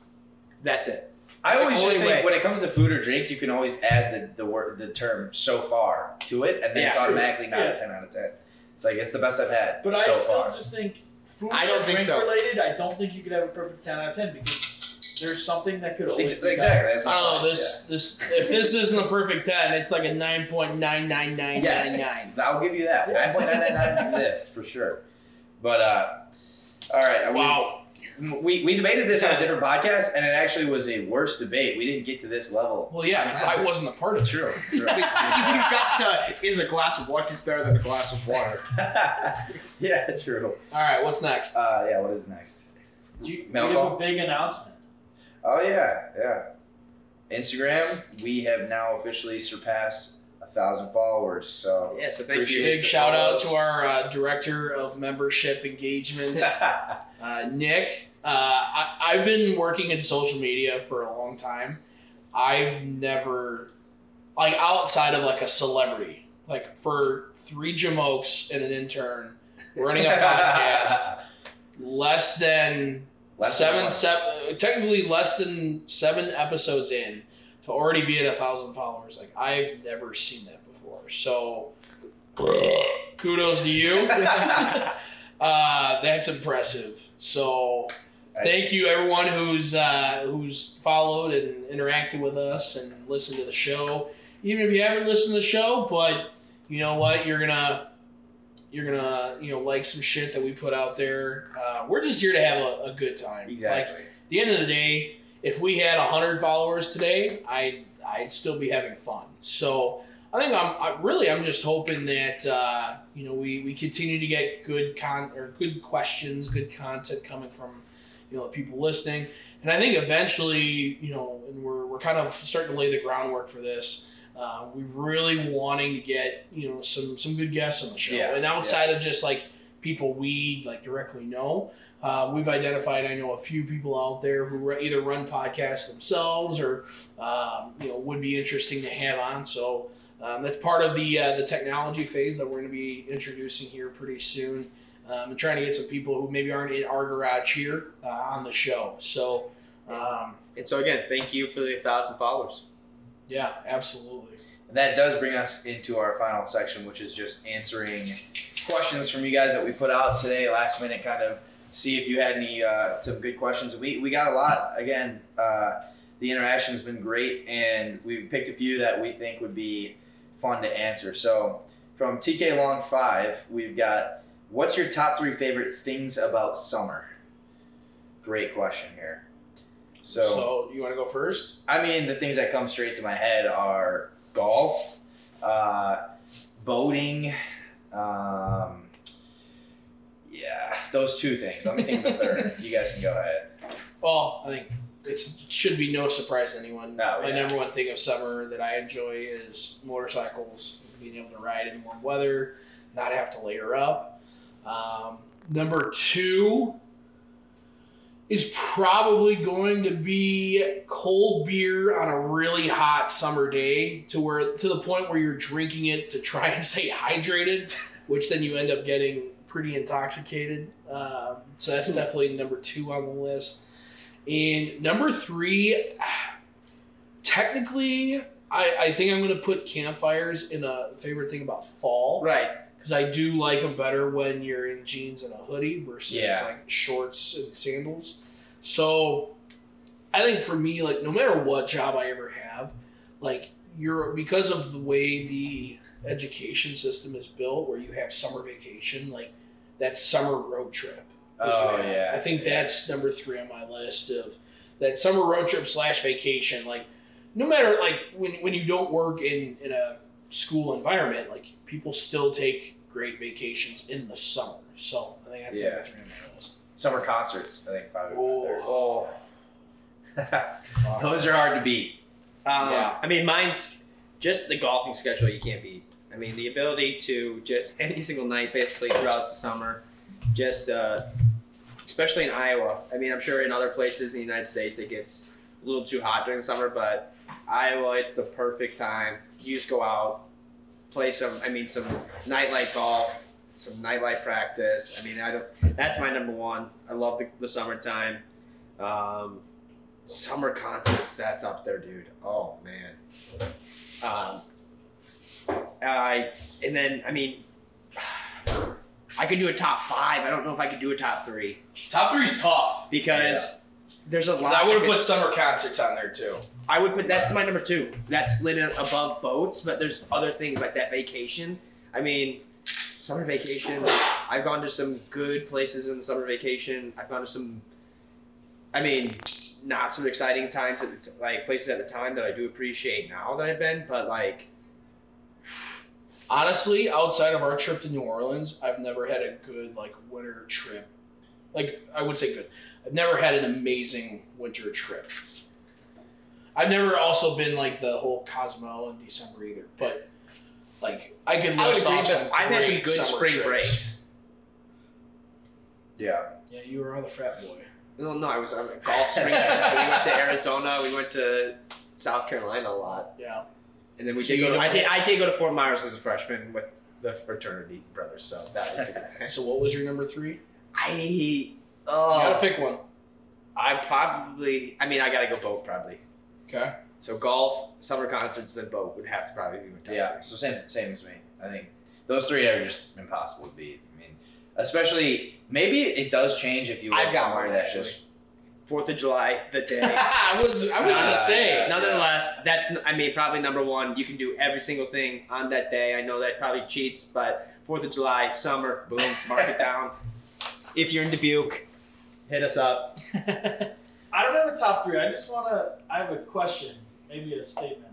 That's it.
I
It's
always
the
just
only
think
way.
when it comes to food or drink, you can always add the the word the term so far to it, and then
Yeah,
it's
true.
automatically not
Yeah.
a ten out of ten. It's like it's the best I've had
But I
so
still
far.
just think food
I don't
or
think
drink
so.
related, I don't think you could have a perfect 10 out of 10 because there's something that could always
Ex-
be better.
exactly. That's my
I don't know
point,
this. This if this isn't a perfect ten, it's like a nine point nine nine nine nine nine.
yeah. I'll give you that. Nine point nine nine nines exist for sure. But uh, all right. we-
Wow.
We, we debated this on a different podcast, and it actually was a worse debate. We didn't get to this level.
Well, yeah, because I wasn't a part of it.
True. true.
you got to is a glass of water better than a glass of water.
yeah, true.
All right, what's next?
Uh, yeah. What is next?
Do you, we have a
Malcolm?
big announcement.
Oh yeah, yeah. Instagram, we have now officially surpassed a thousand followers. So
Yeah, so thank
Appreciate
you.
it.
Big shout out to our uh, director of membership engagement, uh, Nick. Uh, I, I've been working in social media for a long time. I've never, like, outside of like a celebrity, like for three jamokes and an intern running a podcast, less than
Less than
seven,
one.
seven, technically less than seven episodes in to already be at a thousand followers. Like I've never seen that before. So kudos to you. uh, that's impressive. So
I-
thank you everyone who's uh, who's followed and interacted with us and listened to the show. Even if you haven't listened to the show, but you know what, you're gonna you're gonna you know like some shit that we put out there. Uh, we're just here to have a, a good time. Like
Exactly.
at the end of the day, if we had hundred followers today, I I'd still be having fun. So I think I'm I really I'm just hoping that uh, you know we, we continue to get good con or good questions, good content coming from you know the people listening, and I think eventually you know and we're we're kind of starting to lay the groundwork for this. Uh, we really wanting to get you know some some good guests on the show,
Yeah,
and outside of just like people we like directly know, uh, we've identified, I know, a few people out there who ru- either run podcasts themselves or um, you know would be interesting to have on. So um, that's part of the uh, the technology phase that we're going to be introducing here pretty soon, um, and trying to get some people who maybe aren't in our garage here uh, on the show. So um,
And so again, thank you for the thousand followers.
yeah, absolutely.
And that does bring us into our final section, which is just answering questions from you guys that we put out today, last minute, kind of see if you had any uh, some good questions. We we got a lot. Again, uh, the interaction's been great, and we picked a few that we think would be fun to answer. So from TK Long Five, we've got what's your top three favorite things about summer? Great question here.
So, you want to go first?
I mean, the things that come straight to my head are golf, uh, boating, um, yeah, those two things. Let me think of a third. You guys can go ahead.
Well, I think it's, it should be no surprise to anyone.
No,
My
yeah.
number one thing of summer that I enjoy is motorcycles, being able to ride in warm weather, not have to layer up. Um, number two is probably going to be cold beer on a really hot summer day to where to the point where you're drinking it to try and stay hydrated, which then you end up getting pretty intoxicated. Um, so that's definitely number two on the list. And number three, technically, I, I think I'm going to put campfires in a favorite thing about fall
Right.
because I do like them better when you're in jeans and a hoodie versus
Yeah.
like shorts and sandals. So I think for me, like no matter what job I ever have, like you're because of the way the education system is built, where you have summer vacation, like that summer road trip.
Oh
Like,
yeah.
I think that's number three on my list of that summer road trip slash vacation. Like, no matter like when when you don't work in in a school environment, like people still take great vacations in the summer. So I think that's
Yeah.
number three on my list.
summer concerts. I think probably.
Oh,
Oh,
Those are hard to beat.
Um,
Yeah.
I mean, mine's just the golfing schedule you can't beat. I mean, the ability to just any single night, basically throughout the summer, just uh, especially in Iowa. I mean, I'm sure in other places in the United States it gets a little too hot during the summer, but Iowa, it's the perfect time. You just go out, play some. I mean, some nightlight golf, some nightlight practice. I mean, I don't. That's my number one. I love the, the summertime. Um, summer concerts that's up there dude oh man um i and then i mean i could do a top five i don't know if i could do a top three
top three's tough.
because there's a lot
I would have
could-
put summer concerts on there too.
I would put that's my number two that slid in above boats but there's other things like that vacation i mean summer vacation i've gone to some good places in the summer vacation i've gone to some i mean not some exciting times at the t- like places at the time that i do appreciate now that i've been but like
Honestly, outside of our trip to New Orleans, I've never had a good like winter trip. Like I would say good. I've never had an amazing winter trip. I've never also been like the whole Cosmo in December either, but like I could
i would
list
agree
off some
that i've had some
great
good
summer
spring
trips.
breaks
Yeah.
Yeah, you were on the frat boy.
no no i was on a golf spring trip we went to arizona we went to south carolina a lot
Yeah,
And then we
So
did
you
go. To,
don't-
I did. I did go to Fort Myers as a freshman with the fraternity brothers, so that was a good time.
so what was your number three?
I.
You gotta
Oh.
pick one.
I probably. I mean, I gotta go boat probably.
Okay.
So golf, summer concerts, then boat would have to probably be my top
Yeah. So same same as me. I think those three are just impossible to beat. I mean, especially maybe it does change if you
I've
live
got
somewhere
one,
that's
actually.
just
three. Fourth of July, the day.
I was I was
Nah,
gonna say
yeah.
Nonetheless, that's. n- I mean, probably number one. You can do every single thing on that day. I know that probably cheats, but Fourth of July, summer, boom, mark it down. If you're in Dubuque, hit us up.
I don't have a top three. I just want to. I have a question, maybe a statement.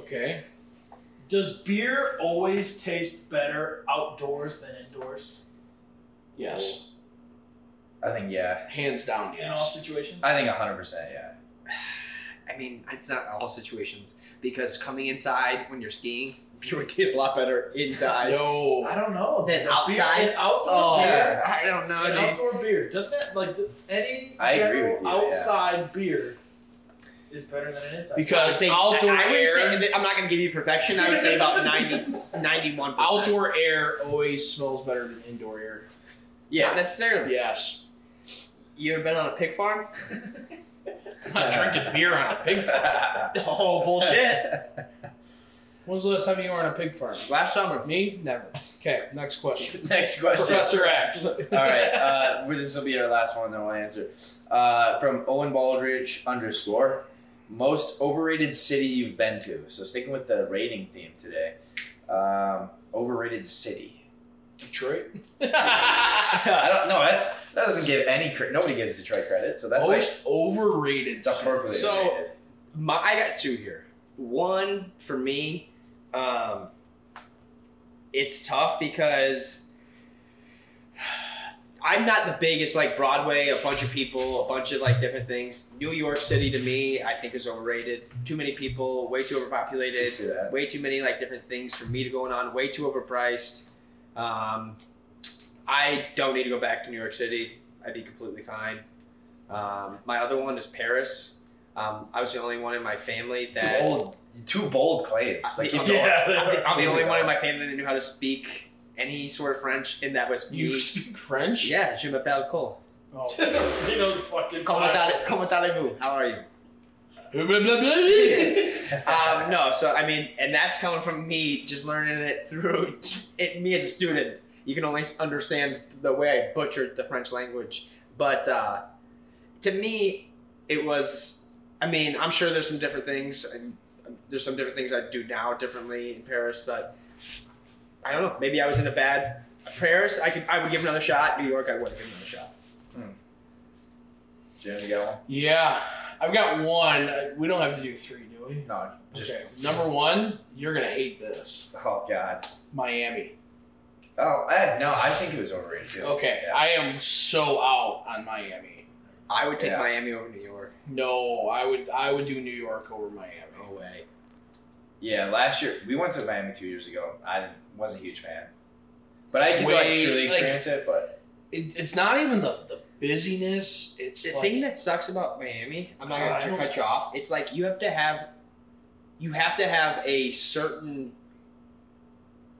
okay.
Does beer always taste better outdoors than indoors
Yes,
I think yeah.
hands down.
in all
Yes.
situations?
I think hundred percent yeah.
I mean, it's not all situations because coming inside when you're skiing, beer would taste a lot better inside.
No.
I don't know.
Then
Beer-
outside?
an outdoor
Oh,
beer.
I don't know,
An
dude.
outdoor beer doesn't it like th- any
I agree
general
with you, yeah.
outside beer is better than an inside.
I would
Because
say-
outdoor
I, I
air.
would say that- I'm not going to give you perfection. I would say about 90, 91%.
Outdoor air always smells better than indoor air.
Yeah, not necessarily.
Yes.
You ever been on a pig farm?
Not
Uh,
drinking beer on a pig farm.
Oh, bullshit.
When was the last time you were on a pig farm?
Last summer.
Me? Never. Okay, next question.
Next question.
Professor X.
All right, uh, well, this will be our last one, then we'll answer. Uh, from Owen Baldridge underscore, most overrated city you've been to. So sticking with the rating theme today, um, overrated city.
Detroit?
I don't know. That's that doesn't give any credit. Nobody gives Detroit credit, so that's like
Most overrated.
it's appropriately
So-
rated.
My, I got two here. One for me, um, it's tough because I'm not the biggest like Broadway, a bunch of people, a bunch of like different things. New York City to me, I think is overrated. Too many people, way too
I
overpopulated,
see that.
way too many like different things for me to going on, way too overpriced. Um, I don't need to go back to New York City. I'd be completely fine. Um, my other one is Paris. Um, I was the only one in my family that
Oh,
Bold, two bold claims. Like,
Yeah.
keep going.
I'm the, I'm the only
Please.
one in my family that knew how to speak any sort of French, and that was
You
me.
speak French?
Yeah, je m'appelle Cole.
Oh, he knows fucking.
Comment
five
comment
seconds.
allez-vous? How are you?
Blah, blah, blah, blah.
Um, no, so I mean, and that's coming from me just learning it through it, me as a student. You can only understand the way I butchered the French language. But uh, to me, it was, I mean, I'm sure there's some different things. And um, there's some different things I do now differently in Paris, but I don't know. Maybe I was in a bad Paris. I could, I would give another shot. New York, I would give another shot.
Jim, you got one?
yeah. I've got one. Uh, We don't have to do three, do we?
No, just
okay. Number one, you're going to hate this
oh god.
Miami.
Oh, eh, no, I think it was overrated too.
Okay,
Yeah.
I am so out on Miami.
I would take
Yeah.
Miami over New York.
No, I would I would do New York over Miami.
No way.
Yeah, last year we went to Miami two years ago. I didn't, wasn't a huge fan, but I did like
Way-
truly
like-
experience it. But
It, it's not even the, the busyness. It's
The
like,
thing that sucks about Miami, I'm not
I
going
don't-
to cut you off. It's like you have to have, you have to have a certain,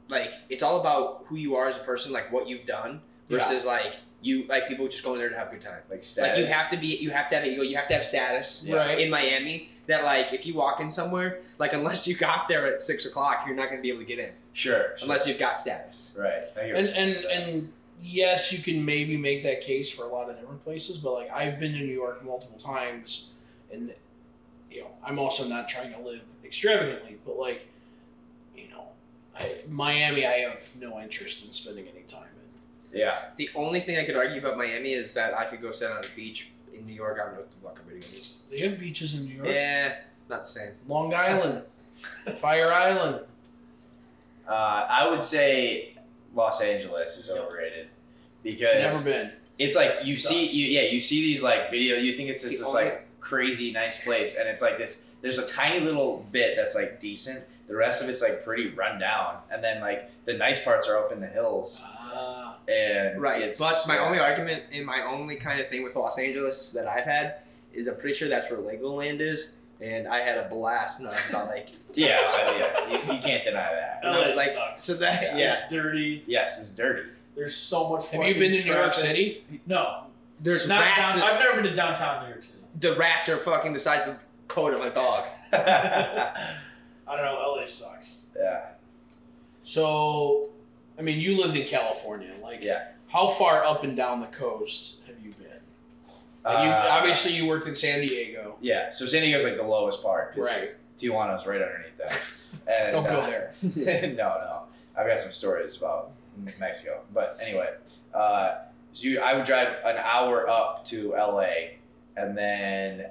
like it's all about who you are as a person, like what you've done
Yeah.
versus like you like people just going there to have a good time.
like status,
Like you have to be, you have to have ego, you have to have status
Yeah.
right?
in Miami. That like if you walk in somewhere, like unless you got there at six o'clock, you're not going to be able to get in
sure, sure.
unless you've got status.
right. I hear
And
what you're
and
saying.
and yes, you can maybe make that case for a lot of different places, but like I've been to New York multiple times, and you know I'm also not trying to live extravagantly, but like you know I, Miami, I have no interest in spending any time in.
yeah,
The only thing I could argue about Miami is that I could go sit on a beach in New York. I don't know what the fuck I'm going to do.
They have beaches in New York,
Yeah, not the same.
Long Island, Fire Island.
uh, I would say Los Angeles is overrated because
Never been.
it's like you
Sucks.
see, you, yeah, you see these like video. You think it's just
The
this
only-
like crazy nice place, and it's like this. There's a tiny little bit that's like decent. The rest of it's like pretty run down, and then like the nice parts are up in the hills,
Uh,
and
Right.
It's,
but my
yeah.
only argument and my only kind of thing with Los Angeles that I've had is I'm pretty sure that's where Legoland is. And I had a blast when I was about like,
Yeah, but yeah, you, you can't deny that.
I was
LA
like-
sucks.
so that,
Yeah.
It's dirty.
Yes, it's dirty.
There's so much.
have you been to
fucking
New York
traffic.
City?
No,
There's
not
rats.
down,
that-
I've never been to downtown New York City.
the rats are fucking the size of coat of a dog.
yeah,
I don't know. LA sucks.
So, I mean, you lived in California. Like,
Yeah.
how far up and down the coast have you been? Like, you,
Uh,
obviously, you worked in San Diego,
yeah. So San Diego's like the lowest part. 'cause
right?
Tijuana's right underneath that. And,
Don't go
uh,
there.
no, no. I've got some stories about M- Mexico, but anyway, uh, so you, I would drive an hour up to LA, and then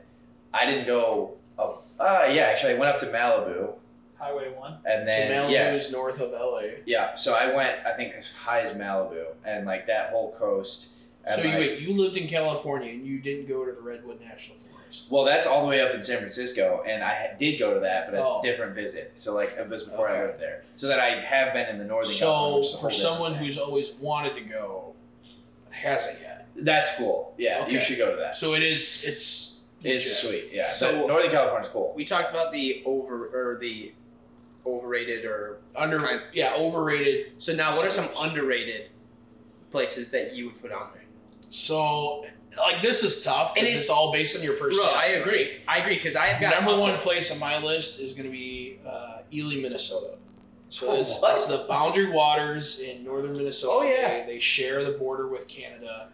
I didn't go. Up, uh, yeah, actually, I went up to Malibu,
Highway one.
and then
so Malibu
yeah,
is north of LA.
Yeah, so I went, I think, as high as Malibu and like that whole coast. And,
So
like-
you wait, you lived in California and you didn't go to the Redwood National Forest.
Well, that's all the way up in San Francisco, and I ha- did go to that, but a
Oh.
different visit. So like it was before I
Okay.
lived there. So that I have been in the northern. California,
So
which is a
for
whole different
someone
thing.
who's always wanted to go, but hasn't yet.
that's cool. Yeah,
Okay.
you should go to that.
So it is. It's.
It's
legit.
sweet. Yeah,
So-
so Northern California's cool.
We talked about the over or the overrated or
under.
Kind-
Yeah, overrated.
so now what are some underrated places that you would put on there?
So like this is tough
And
because
it's-
it's all based on your
Bro,
personality.
I agree. I agree because I have got a
Number
couple-
one place on my list is going to be uh, Ely, Minnesota. So
Oh,
it's,
what?
it's the boundary waters in northern Minnesota.
Oh, yeah.
they, they share the border with Canada,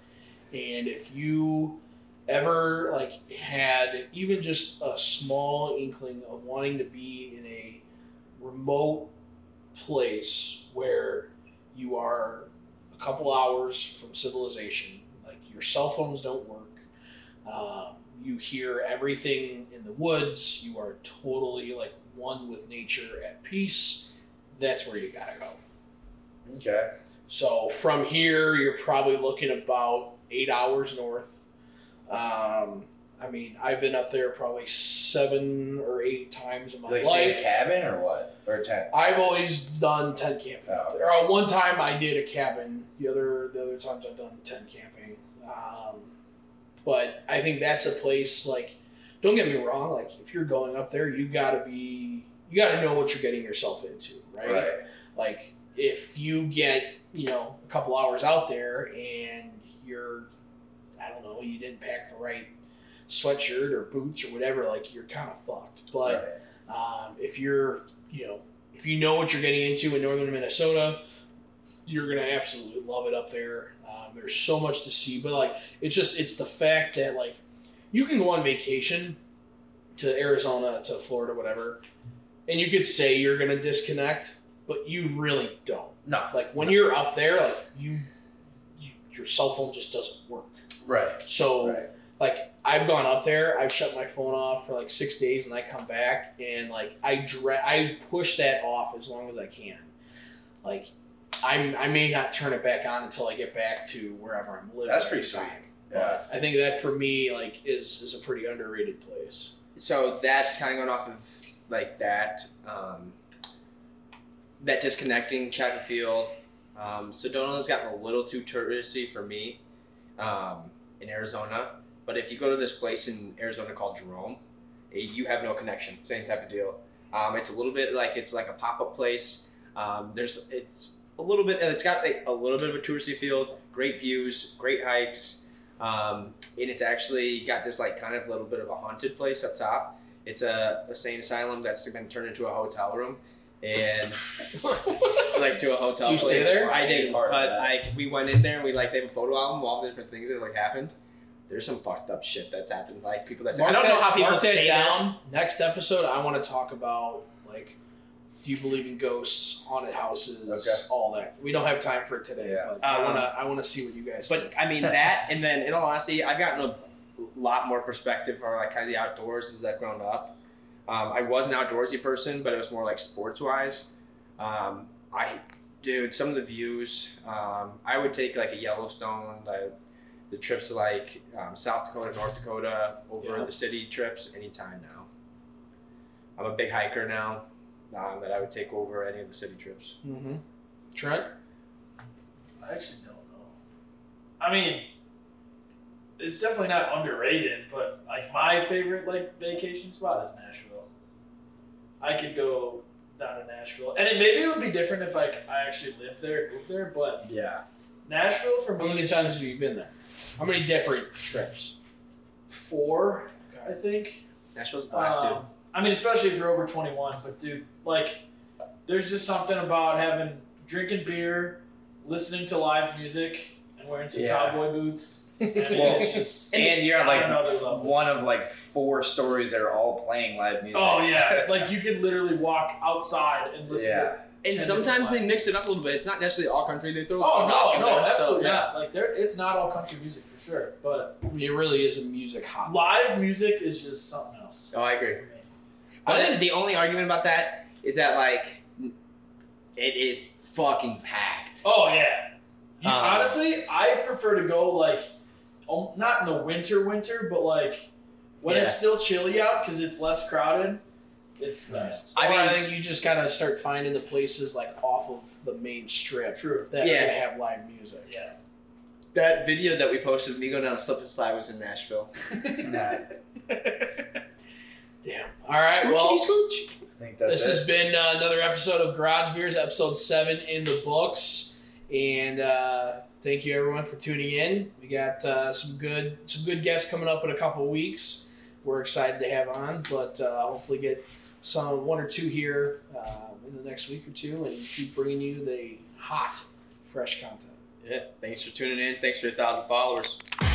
and if you ever like had even just a small inkling of wanting to be in a remote place where you are a couple hours from civilization. Like your cell phones don't work. Um, you hear everything in the woods. You are totally like one with nature at peace. That's where you gotta go.
Okay.
So from here, you're probably looking about eight hours north. Um, I mean, I've been up there probably seven or eight times in my
You, like stay in a
life.
cabin or what or a tent?
I've always done tent camping.
Oh.
There are one time I did a cabin. The other the other times I've done tent camping. Um, But I think that's a place like, don't get me wrong. Like if you're going up there, you gotta be, you gotta know what you're getting yourself into, right? Like if you get you know a couple hours out there and you're, I don't know, you didn't pack the right sweatshirt or boots or whatever, like you're kind of fucked. But
Right.
um, if you're, you know, if you know what you're getting into in northern Minnesota, you're gonna absolutely love it up there. Um, there's so much to see, but like, it's just it's the fact that like, you can go on vacation to Arizona, to Florida, whatever, and you could say you're gonna disconnect, but you really don't.
No.
Like when you're up there, like you, you your cell phone just doesn't work.
Right.
So
Right.
like I've gone up there, I've shut my phone off for like six days, and I come back and like I dre- I push that off as long as I can. Like I'm I may not turn it back on until I get back to wherever I'm living.
That's
at
pretty
the
sweet.
time.
Yeah.
I think that for me like is is a pretty underrated place.
so that kind of going off of like that um, that disconnecting track and field um, sedona's gotten a little too touristy for me um, in arizona but if you go to this place in arizona called jerome eh, you have no connection same type of deal um, it's a little bit like it's like a pop-up place um, there's it's a little bit it's got like, a little bit of a touristy field great views great hikes um, and it's actually got this like kind of little bit of a haunted place up top. It's a, a sane asylum that's been turned into a hotel room, and like to a hotel.
Do you
place.
stay there?
I
I
did,
part of
but
that.
like we went in there and we like they have a photo album of all the different things that like happened. There's some fucked up shit that's happened. Like people that I
Mark
don't know
that-
how people
mark that
stay there.
down. Next episode, I want to talk about like, do you believe in ghosts, haunted houses,
Okay.
all that? We don't have time for it today,
Yeah.
but I
Um,
wanna I wanna see what you guys
But
think.
I mean that, and then in all honesty, I've gotten a lot more perspective on like kind of the outdoors as I've grown up. Um, I was an outdoorsy person, but it was more like sports wise. Um, I, dude, some of the views. Um, I would take like a Yellowstone, the, the trips to like um, South Dakota, North Dakota, over
Yeah.
the city trips anytime now. I'm a big hiker now, um, that I would take over any of the city trips.
Mm-hmm. Trent.
I actually don't know. I mean, it's definitely not underrated, but like my favorite like vacation spot is Nashville. I could go down to Nashville, and it maybe it would be different if like I actually lived there, and moved there. But
Yeah.
Nashville for me,
How many
is
times
just
have you been there? How many different trips?
four, I think.
Nashville's a blast, dude.
Um, I mean, especially if you're over 21. But dude, like, there's just something about having drinking beer, listening to live music, and wearing some
Yeah.
cowboy boots. And
Well,
it's just
And you're on
Another
like
level.
one of like four stories that are all playing live music.
Oh yeah, like you could literally walk outside and listen.
yeah.
To
And
Ten
sometimes
different
they mix it up a little bit. It's not necessarily all country. They throw. some
Oh
rock
no,
in
no,
there, so,
absolutely
yeah.
not. Like there, it's not all country music for sure, but
I mean, it really is a music hop.
live music is just something else.
Oh, I agree.
for me.
I think the only argument about that is that like it is fucking packed.
Oh yeah. You-
Um,
honestly, I prefer to go like, um, not in the winter, winter, but like when it's still chilly out because it's less crowded. It's best.
I
I mean,
mean-
I think you just gotta start finding the places like off of the main strip
True.
that
Yeah.
are gonna have live music.
Yeah.
That video that we posted of me going down a slip and slide was in Nashville.
Nah, I
Damn. All right. Well,
Scoochity
think that's
this
it.
has been uh, another episode of Garage Beers, episode seven in the books, and uh, thank you everyone for tuning in. We got uh, some good some good guests coming up in a couple weeks. We're excited to have on, but uh, hopefully get some one or two here uh, in the next week or two, and keep bringing you the hot, fresh content.
scooch. Yeah. Thanks for tuning in. Thanks for your thousand followers.